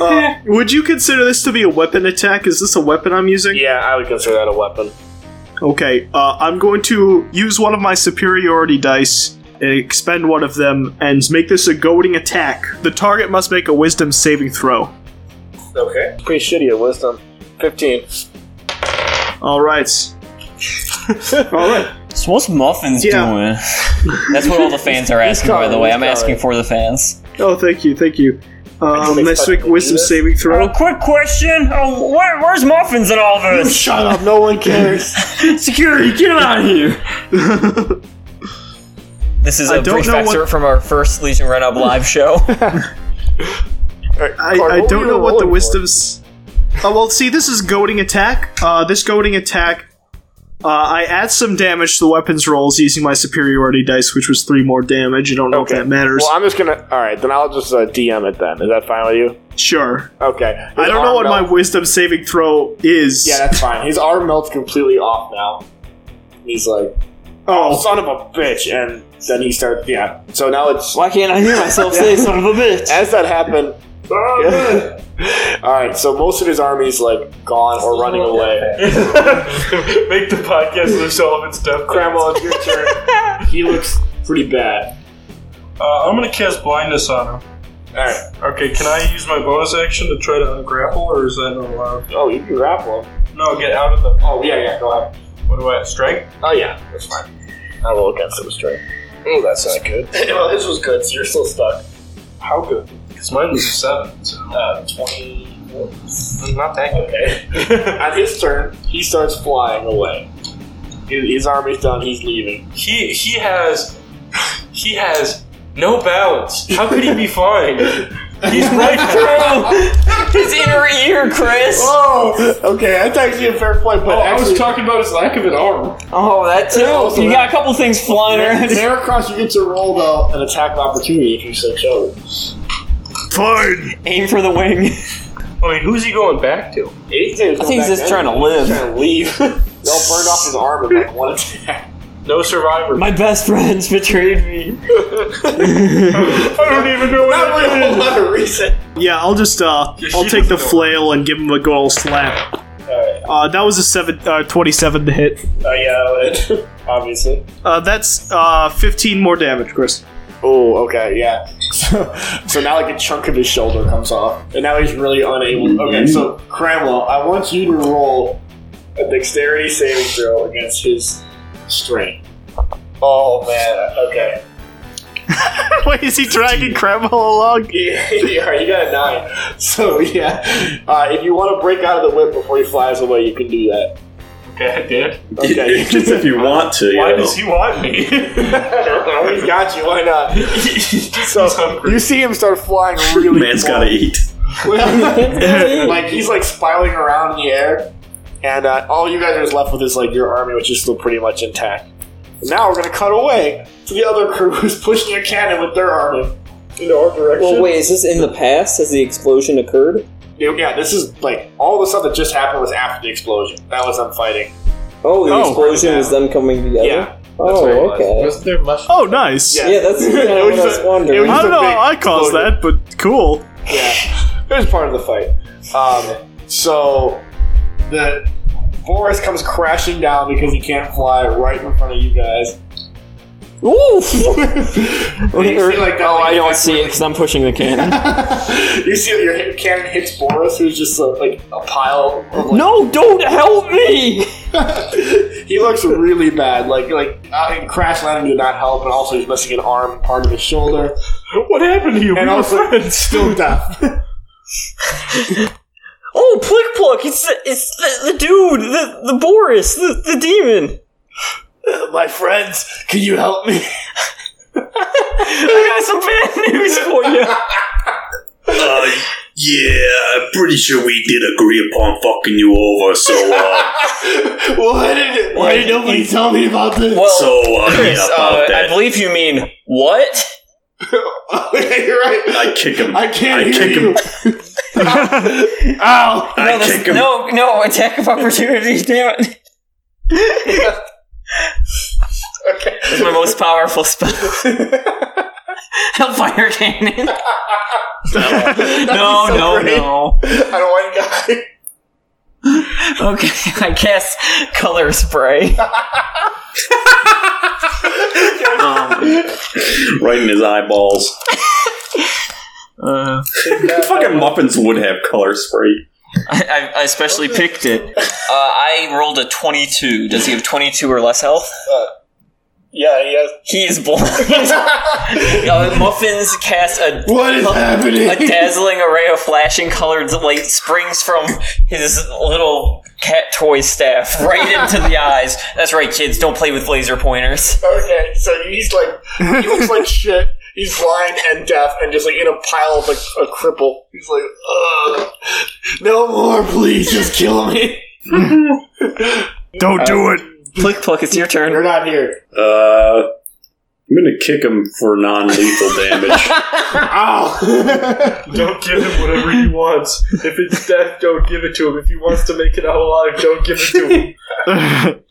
[SPEAKER 4] Uh, would you consider this to be a weapon attack? Is this a weapon I'm using?
[SPEAKER 1] Yeah, I would consider that a weapon.
[SPEAKER 4] Okay, uh, I'm going to use one of my superiority dice, and expend one of them, and make this a goading attack. The target must make a wisdom saving throw.
[SPEAKER 1] Okay.
[SPEAKER 3] pretty shitty at wisdom. Fifteen.
[SPEAKER 4] Alright. Alright.
[SPEAKER 5] So what's Muffins
[SPEAKER 4] Yeah.
[SPEAKER 5] doing? That's what all the fans are asking, by the way. I'm asking for the fans.
[SPEAKER 4] Oh, thank you, thank you. Um, let's make wisdom saving
[SPEAKER 5] Oh,
[SPEAKER 4] throw.
[SPEAKER 5] quick question. Oh, where, where's Muffins in all this?
[SPEAKER 4] Shut up, no one <laughs> cares.
[SPEAKER 5] Security, get out of here. This is
[SPEAKER 4] I
[SPEAKER 5] a
[SPEAKER 4] don't
[SPEAKER 5] brief
[SPEAKER 4] know what-
[SPEAKER 5] <laughs> excerpt from our first Legion Run Up live show.
[SPEAKER 18] Alright,
[SPEAKER 4] I,
[SPEAKER 18] Clark,
[SPEAKER 4] I
[SPEAKER 18] what were
[SPEAKER 4] don't
[SPEAKER 18] you
[SPEAKER 4] know what the
[SPEAKER 18] rolling for?
[SPEAKER 4] wisdom's. Oh well, see, this is goading attack. Uh, this goading attack, uh, I add some damage to the weapons rolls using my superiority dice, which was three more damage. I don't know
[SPEAKER 18] Okay.
[SPEAKER 4] if that matters.
[SPEAKER 18] Well, I'm just gonna. All right, then I'll just uh, DM it. Then is that fine with you?
[SPEAKER 4] sure.
[SPEAKER 18] Okay.
[SPEAKER 4] I don't know what my wisdom saving throw is.
[SPEAKER 3] Yeah, that's fine. His arm melts completely off now. He's like, oh,
[SPEAKER 4] oh,
[SPEAKER 3] son of a bitch. And then he starts, yeah. So now it's.
[SPEAKER 19] Why can't I hear myself say son of a bitch?
[SPEAKER 3] As that happened. <laughs> Alright, so most of his army's like gone or running away.
[SPEAKER 8] <laughs> Make the podcast Liv Sullivan stuff.
[SPEAKER 3] Cramwell, it's your
[SPEAKER 8] <laughs>
[SPEAKER 3] turn. He looks pretty bad.
[SPEAKER 8] Uh, I'm gonna cast blindness on him.
[SPEAKER 3] Alright.
[SPEAKER 8] Okay, can I use my bonus action to try to ungrapple, or is that not allowed?
[SPEAKER 3] Oh, you can grapple him.
[SPEAKER 8] No, get out of the.
[SPEAKER 3] Oh, yeah, yeah, go ahead.
[SPEAKER 8] What do I? Strength.
[SPEAKER 3] Oh, yeah, that's fine. I roll against him straight. Oh, that's not good. <laughs> well, his was good, so you're still stuck.
[SPEAKER 8] How good? Because mine was a seven. So
[SPEAKER 3] Uh, 24.
[SPEAKER 8] not that good.
[SPEAKER 3] Okay. <laughs> On his turn, he starts flying away. His, his army's done, he's leaving.
[SPEAKER 8] He he has he has no balance. How could he <laughs> be fine? He's
[SPEAKER 5] <laughs>
[SPEAKER 8] right through.
[SPEAKER 5] <laughs> His inner ear, Chris.
[SPEAKER 3] Oh! Okay, that's actually a fair point, but
[SPEAKER 8] Oh, I
[SPEAKER 3] actually.
[SPEAKER 8] was talking about his lack of an arm.
[SPEAKER 5] Oh, that too. You got a couple things flying around.
[SPEAKER 3] Heracross, you get to roll, though, an attack of opportunity if you so chose.
[SPEAKER 20] Fine.
[SPEAKER 5] <laughs> Aim for the wing.
[SPEAKER 8] I mean, who's he going back to?
[SPEAKER 3] I
[SPEAKER 5] think he's just
[SPEAKER 3] <laughs>
[SPEAKER 5] trying to live.
[SPEAKER 3] trying to leave. <laughs> Y'all burned off his arm in like one attack.
[SPEAKER 8] No survivor.
[SPEAKER 5] My best friends betrayed <laughs> me.
[SPEAKER 8] I don't even
[SPEAKER 3] <laughs>
[SPEAKER 8] know
[SPEAKER 3] Not
[SPEAKER 8] what
[SPEAKER 3] really a
[SPEAKER 8] it
[SPEAKER 3] whole
[SPEAKER 8] is.
[SPEAKER 3] lot of reason.
[SPEAKER 4] yeah. I'll just uh,
[SPEAKER 8] Yeah, she
[SPEAKER 4] I'll take
[SPEAKER 8] doesn't
[SPEAKER 4] the
[SPEAKER 8] know.
[SPEAKER 4] flail and give him a good old slap.
[SPEAKER 3] Alright.
[SPEAKER 4] Uh, that was a seven, uh, 27 to hit.
[SPEAKER 3] Oh, yeah, that would- obviously.
[SPEAKER 4] Uh, that's uh, 15 more damage, Chris. <laughs>
[SPEAKER 3] Oh, okay, yeah. So, so now, like, a chunk of his shoulder comes off, and now he's really unable. Okay, so, Cramwell, I want you to roll a dexterity saving throw against his strength. Oh, man, okay. <laughs>
[SPEAKER 4] Wait, is he dragging Kreml along?
[SPEAKER 3] Yeah, you got a nine. So, yeah. Uh, if you want to break out of the whip before he flies away, you can do that.
[SPEAKER 8] Okay, I <laughs> did.
[SPEAKER 3] Okay.
[SPEAKER 6] <laughs> Just if you want to. You
[SPEAKER 8] Why
[SPEAKER 6] know.
[SPEAKER 8] does he want me?
[SPEAKER 3] <laughs> Oh, He's got you, why
[SPEAKER 8] <laughs>
[SPEAKER 3] not?
[SPEAKER 8] He's
[SPEAKER 3] So,
[SPEAKER 8] hungry.
[SPEAKER 3] you see him start flying really
[SPEAKER 6] <laughs> Man's gotta eat.
[SPEAKER 3] <laughs> like he's like spiraling around in the air, and uh, all you guys are left with is like your army, which is still pretty much intact. Now we're gonna cut away to the other crew <laughs> who's pushing a cannon with their army in our direction.
[SPEAKER 5] Well, wait, is this in the past? Has the explosion occurred?
[SPEAKER 3] Dude, Yeah, this is like all the stuff that just happened was after the explosion. That was them fighting.
[SPEAKER 5] Oh, the
[SPEAKER 4] Oh.
[SPEAKER 5] explosion was them coming together?
[SPEAKER 3] Yeah,
[SPEAKER 5] Oh, okay.
[SPEAKER 19] Was there much?
[SPEAKER 4] Oh, nice.
[SPEAKER 3] Yeah.
[SPEAKER 5] Yeah, that's kind
[SPEAKER 3] It
[SPEAKER 5] of
[SPEAKER 3] was
[SPEAKER 5] what I was
[SPEAKER 3] a- it
[SPEAKER 5] wondering.
[SPEAKER 3] was-
[SPEAKER 4] I don't know
[SPEAKER 3] He's a big
[SPEAKER 4] how I caused that, but cool.
[SPEAKER 3] Yeah, it was part of the fight. Um, so the Boris comes crashing down because he can't fly right in front of you guys.
[SPEAKER 5] Oof!
[SPEAKER 3] <laughs> And
[SPEAKER 8] <laughs>
[SPEAKER 3] you see, like,
[SPEAKER 5] oh, I
[SPEAKER 3] like,
[SPEAKER 5] don't see it because I'm pushing the cannon.
[SPEAKER 3] <laughs> you see that your hit cannon hits Boris, who's just uh, like a pile. Of, like,
[SPEAKER 5] no, don't help me!
[SPEAKER 3] <laughs> he looks really bad. Like like uh, and crash landing did not help, and also he's missing an arm, and part of his shoulder,
[SPEAKER 8] What happened to you?
[SPEAKER 3] and
[SPEAKER 8] we were
[SPEAKER 3] also
[SPEAKER 8] friends.
[SPEAKER 3] still deaf.
[SPEAKER 5] Oh, Plick Pluck! It's the, it's the, the dude, the, the Boris, the, the demon!
[SPEAKER 3] My friends, can you help me? <laughs>
[SPEAKER 5] I got some bad <laughs> news for you!
[SPEAKER 6] Uh, yeah, I'm pretty sure we did agree upon fucking you over. So, uh,
[SPEAKER 3] why did why did nobody tell me about this?
[SPEAKER 6] so uh, yeah,
[SPEAKER 5] Chris,
[SPEAKER 6] about
[SPEAKER 5] uh, I
[SPEAKER 6] that.
[SPEAKER 5] believe you mean what?
[SPEAKER 3] <laughs> You're right.
[SPEAKER 6] I kick him.
[SPEAKER 3] I
[SPEAKER 6] I,
[SPEAKER 3] can't hear
[SPEAKER 6] kick
[SPEAKER 3] you.
[SPEAKER 6] him. <laughs>
[SPEAKER 3] Ow!
[SPEAKER 5] that's-
[SPEAKER 6] kick him.
[SPEAKER 5] no, no, attack of opportunity, <laughs> damn it.
[SPEAKER 3] Okay.
[SPEAKER 5] It's my most
[SPEAKER 3] <laughs>
[SPEAKER 5] powerful spell. Hellfire cannon. no,
[SPEAKER 3] so
[SPEAKER 5] no,
[SPEAKER 3] great.
[SPEAKER 5] no.
[SPEAKER 3] I don't want guy.
[SPEAKER 5] Okay, <laughs> I guess color spray.
[SPEAKER 6] right in his eyeballs.
[SPEAKER 5] Uh,
[SPEAKER 6] <laughs> fucking muffins would have color spray.
[SPEAKER 5] I, I, I especially
[SPEAKER 3] <laughs>
[SPEAKER 5] picked it. Uh, I rolled a 22. Does he have 22 or less health?
[SPEAKER 3] Yeah, he has.
[SPEAKER 5] He is blind.
[SPEAKER 3] <laughs>
[SPEAKER 5] uh, Muffins cast a
[SPEAKER 3] What is happening?
[SPEAKER 5] a dazzling array of flashing colored light springs from his little cat toy staff right into the eyes. That's right, kids, don't play with laser pointers.
[SPEAKER 1] <laughs>
[SPEAKER 3] Okay, so he's like, he looks like shit.
[SPEAKER 21] He's blind and deaf and just like in a pile of like a cripple. He's like, Ugh, no more, please, just kill me.
[SPEAKER 1] <laughs> Don't do it.
[SPEAKER 22] Pluck, pluck. It's your turn.
[SPEAKER 21] You're not here.
[SPEAKER 6] Uh, I'm gonna kick him for non-lethal damage.
[SPEAKER 3] <laughs>
[SPEAKER 8] Don't give him whatever he wants. If it's death, don't give it to him. If he wants to make it out alive, don't give it to him.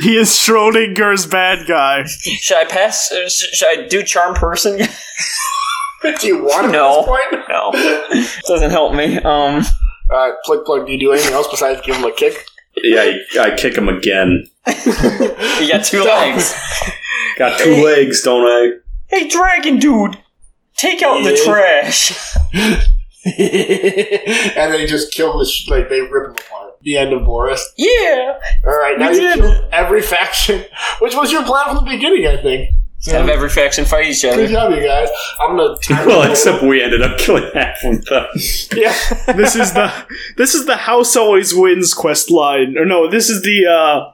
[SPEAKER 4] he is Schrodinger's bad guy.
[SPEAKER 5] Should I pass? uh, sh- Should I do charm person? <laughs>
[SPEAKER 3] Do you want him
[SPEAKER 5] No.
[SPEAKER 3] at this point?
[SPEAKER 5] no, doesn't help me. Um,
[SPEAKER 3] Uh, plug, plug. Do you do anything else besides give him a kick? <laughs>
[SPEAKER 6] yeah, I, I kick him again.
[SPEAKER 5] you got two legs.
[SPEAKER 6] Got two legs, don't I? <laughs>
[SPEAKER 5] Hey, dragon dude, take out the trash.
[SPEAKER 3] and they just kill the sh- like they rip him apart. The end of Boris.
[SPEAKER 5] Yeah,
[SPEAKER 3] All right, now
[SPEAKER 5] We
[SPEAKER 3] you
[SPEAKER 5] did.
[SPEAKER 3] killed every <laughs> faction, which was your plan from the beginning, I think.
[SPEAKER 5] have every faction fight each
[SPEAKER 3] Good
[SPEAKER 5] other.
[SPEAKER 3] job, you guys. I'm gonna.
[SPEAKER 6] Well, except we ended up killing half of them.
[SPEAKER 3] <laughs> yeah.
[SPEAKER 4] This is the this is the house always wins quest line. Or no, this is the uh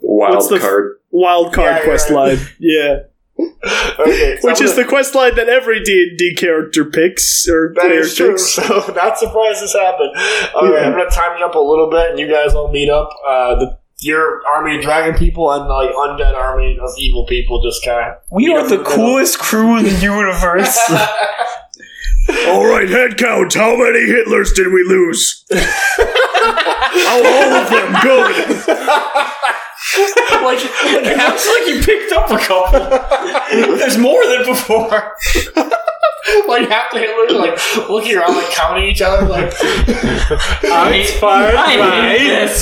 [SPEAKER 4] What's
[SPEAKER 6] Wild
[SPEAKER 4] the-
[SPEAKER 5] <laughs>
[SPEAKER 6] card.
[SPEAKER 4] wild card
[SPEAKER 3] Yeah,
[SPEAKER 4] quest
[SPEAKER 3] yeah.
[SPEAKER 4] line. <laughs> Yeah.
[SPEAKER 3] Okay. so
[SPEAKER 4] Which
[SPEAKER 3] I'm
[SPEAKER 4] is
[SPEAKER 3] gonna-
[SPEAKER 4] the quest line that every D&D character picks or
[SPEAKER 3] That
[SPEAKER 4] player
[SPEAKER 3] is true.
[SPEAKER 4] picks.
[SPEAKER 3] <laughs> So, not surprised this happened. All right,
[SPEAKER 4] Yeah.
[SPEAKER 3] I'm gonna time you up a little bit, and you guys all meet up. Uh, the, your army of dragon people and like undead army of evil people just kind of.
[SPEAKER 5] We are the coolest crew in the universe.
[SPEAKER 1] All right, head count. How many Hitlers did we lose? oh, all of them. Good.
[SPEAKER 5] like, it looks like you picked up a couple. There's more than before.
[SPEAKER 3] <laughs> Like half the Hitlers are, like looking around, like counting each other, like
[SPEAKER 5] I hate this. I hate this.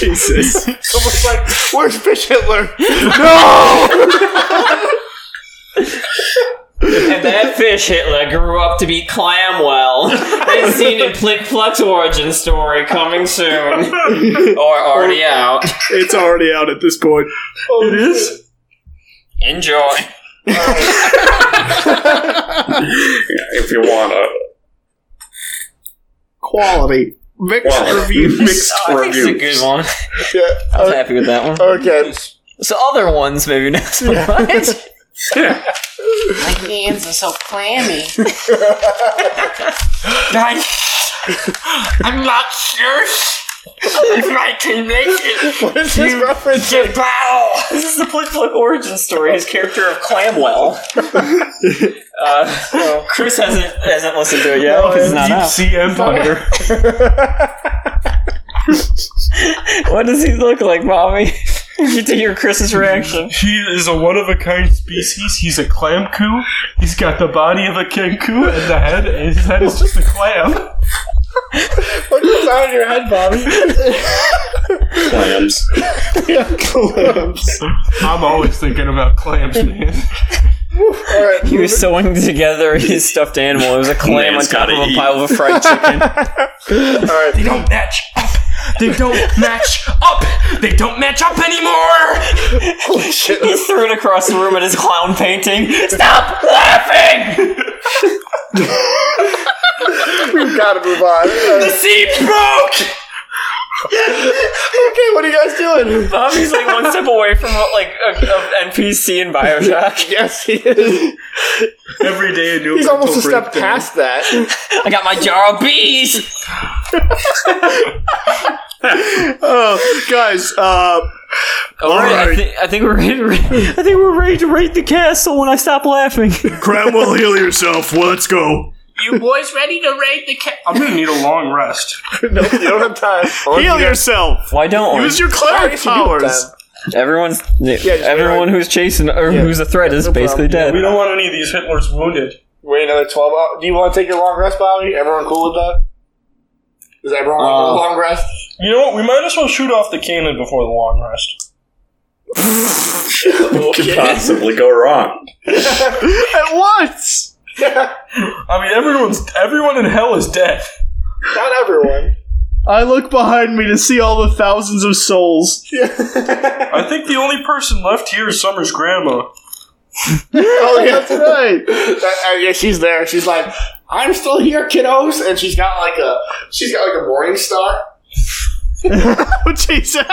[SPEAKER 4] Jesus.
[SPEAKER 3] almost like where's Fish Hitler? <laughs> Oh,
[SPEAKER 5] And that fish Hitler grew up to be <laughs> Clamwell, as seen in Plick Pluck's origin story coming soon. Or already out.
[SPEAKER 4] It's already out at this point.
[SPEAKER 8] It is?
[SPEAKER 5] Enjoy.
[SPEAKER 6] <laughs> If you wanna.
[SPEAKER 4] Quality. Mixed
[SPEAKER 6] Quality.
[SPEAKER 4] reviews.
[SPEAKER 6] Mixed
[SPEAKER 5] <laughs> That's a
[SPEAKER 6] review.
[SPEAKER 5] good one.
[SPEAKER 3] <laughs> yeah.
[SPEAKER 5] I was happy with that one.
[SPEAKER 3] Okay.
[SPEAKER 5] So other ones maybe <laughs> not so much.
[SPEAKER 2] hands are so clammy.
[SPEAKER 5] I, I'm not sure if I can make it.
[SPEAKER 3] What is this reference?
[SPEAKER 5] to battle. This is the Plick Plick origin story. His character of <laughs> Clamwell. uh, Chris hasn't hasn't listened to it yet. 'cause it's not
[SPEAKER 8] Deep
[SPEAKER 5] out.
[SPEAKER 8] Sea Empire.
[SPEAKER 5] <laughs> What does he look like, mommy? <laughs> you to hear Chris's reaction.
[SPEAKER 8] He is a one of a kind species. He's a clam coo. He's got the body of a kenku and the head. His head is just a clam.
[SPEAKER 3] What is on your head, Bobby?
[SPEAKER 5] <laughs>
[SPEAKER 6] Clams.
[SPEAKER 8] I'm always thinking about clams, man.
[SPEAKER 3] All right.
[SPEAKER 5] He was sewing together his stuffed animal. It was a clam on
[SPEAKER 6] Man's
[SPEAKER 5] top of
[SPEAKER 6] gotta
[SPEAKER 5] a
[SPEAKER 6] eat.
[SPEAKER 5] pile of fried <laughs> chicken.
[SPEAKER 3] All right.
[SPEAKER 8] don't match up. They don't
[SPEAKER 3] <laughs>
[SPEAKER 8] match up. They don't match up anymore.
[SPEAKER 5] he threw it across the room at his clown painting. Stop laughing!
[SPEAKER 3] We've got to move on.
[SPEAKER 5] The sea broke!
[SPEAKER 3] Okay, what are you guys doing?
[SPEAKER 5] Bobby's like one step away from like a, a NPC in <laughs> Bioshock.
[SPEAKER 3] Yes, he is.
[SPEAKER 8] Every day a new.
[SPEAKER 3] He's
[SPEAKER 8] mental
[SPEAKER 3] almost a step
[SPEAKER 8] breakdown.
[SPEAKER 3] past that. <laughs>
[SPEAKER 5] I got my jar of bees.
[SPEAKER 4] Oh, guys, uh,
[SPEAKER 5] All right, Oh, I, think, I think we're ready. <laughs> I think we're ready to raid the castle when I stop laughing.
[SPEAKER 1] Cramwell, heal yourself. Well, let's go.
[SPEAKER 23] You boys ready to raid the cat?
[SPEAKER 8] I'm gonna need a long rest.
[SPEAKER 3] No, you don't have time.
[SPEAKER 4] <laughs> heal <laughs> yourself.
[SPEAKER 5] Why don't we?
[SPEAKER 4] Use your cleric powers.
[SPEAKER 5] Everyone's
[SPEAKER 3] just-
[SPEAKER 5] everyone who's chasing or who's a threat is basically dead.
[SPEAKER 8] We don't want any of these Hitlers wounded.
[SPEAKER 3] Wait another 12 hours. Do you want to take your long rest, Bobby? Everyone cool with that? Is everyone on a long rest?
[SPEAKER 8] You know what? We might as well shoot off the cannon before the long rest.
[SPEAKER 6] What could possibly go wrong?
[SPEAKER 4] At once.
[SPEAKER 8] I mean, everyone's everyone in hell is dead.
[SPEAKER 3] Not everyone.
[SPEAKER 4] I look behind me to see all the thousands of souls.
[SPEAKER 8] I think the only person left here is Summer's grandma.
[SPEAKER 4] Oh, that's <laughs> right.
[SPEAKER 3] Uh, uh, yeah, she's there. She's like, I'm still here, kiddos. And she's got like a she's got like a morning star.
[SPEAKER 4] Oh, Jesus.
[SPEAKER 8] Uh,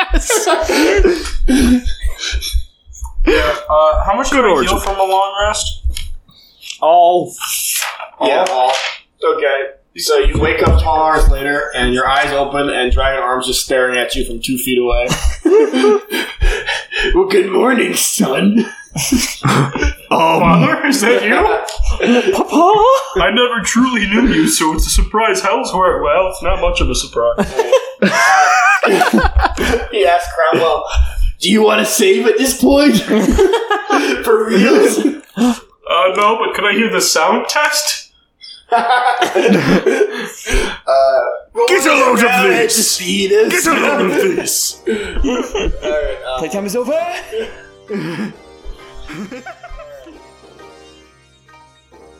[SPEAKER 8] how much do I heal
[SPEAKER 4] origin.
[SPEAKER 8] from a long rest?
[SPEAKER 4] All.
[SPEAKER 3] Yeah. Oh, uh, Okay. So you wake up 12 hours later, and your eyes open, and Dragon Arms is staring at you from two feet away. <laughs> well, good morning, <laughs> son.
[SPEAKER 8] Father, is that you? Papa? I never truly knew you, so it's a surprise. How's where? Well, it's not much of a surprise. <laughs>
[SPEAKER 24] He asked Cromwell.
[SPEAKER 3] Do you want to save at this point? <laughs> For reals? <laughs>
[SPEAKER 8] Uh, no, but could I hear the sound test?
[SPEAKER 1] Get a load of this!
[SPEAKER 3] Speed is.
[SPEAKER 1] Get a load of this!
[SPEAKER 5] Playtime is over.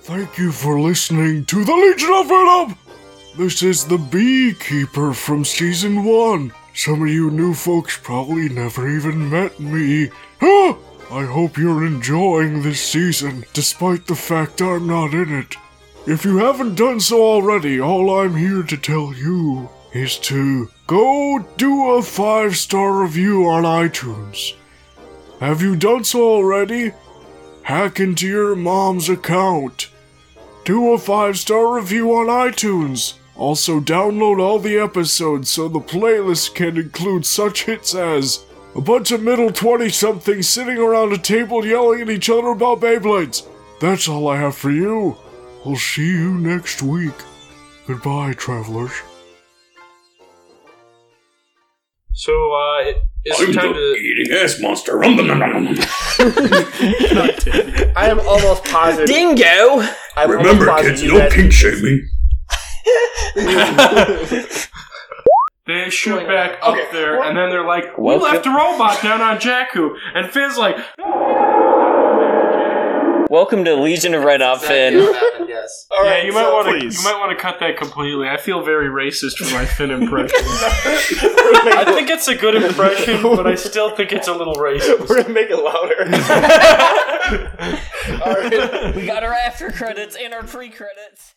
[SPEAKER 1] Thank you for listening to the Legion of Venom! This is the Beekeeper from Season 1. Some of you new folks probably never even met me. Huh? I hope you're enjoying this season, despite the fact I'm not in it. If you haven't done so already, all I'm here to tell you is to go do a five star review on iTunes. Have you done so already? Hack into your mom's account. Do a five star review on iTunes. Also, download all the episodes so the playlist can include such hits as a bunch of middle 20 somethings sitting around a table yelling at each other about Beyblades. That's all I have for you. We'll see you next week. Goodbye, travelers.
[SPEAKER 8] So, uh, it- is it time to.
[SPEAKER 6] eating ass monster. Rum, nom, nom, nom, nom.
[SPEAKER 24] I am almost positive.
[SPEAKER 25] Dingo!
[SPEAKER 24] I'm almost
[SPEAKER 6] Remember,
[SPEAKER 24] positive
[SPEAKER 6] kids,
[SPEAKER 24] you
[SPEAKER 6] no
[SPEAKER 24] guys-
[SPEAKER 6] pink shaming.
[SPEAKER 8] They shoot back up there, and then they're like, "We
[SPEAKER 5] Welcome-
[SPEAKER 8] left a robot down on Jakku," and Finn's like,
[SPEAKER 5] Welcome to Legion of Red Up, Finn.
[SPEAKER 26] yes.
[SPEAKER 8] "Yeah, you might
[SPEAKER 24] so
[SPEAKER 8] want to
[SPEAKER 4] please.
[SPEAKER 8] you might want to cut that completely." I feel very racist for my Finn impression. I think it's a good impression, but I still think it's a
[SPEAKER 3] <laughs>
[SPEAKER 8] little racist.
[SPEAKER 24] We're gonna make it louder.
[SPEAKER 5] We got our after credits and our pre credits.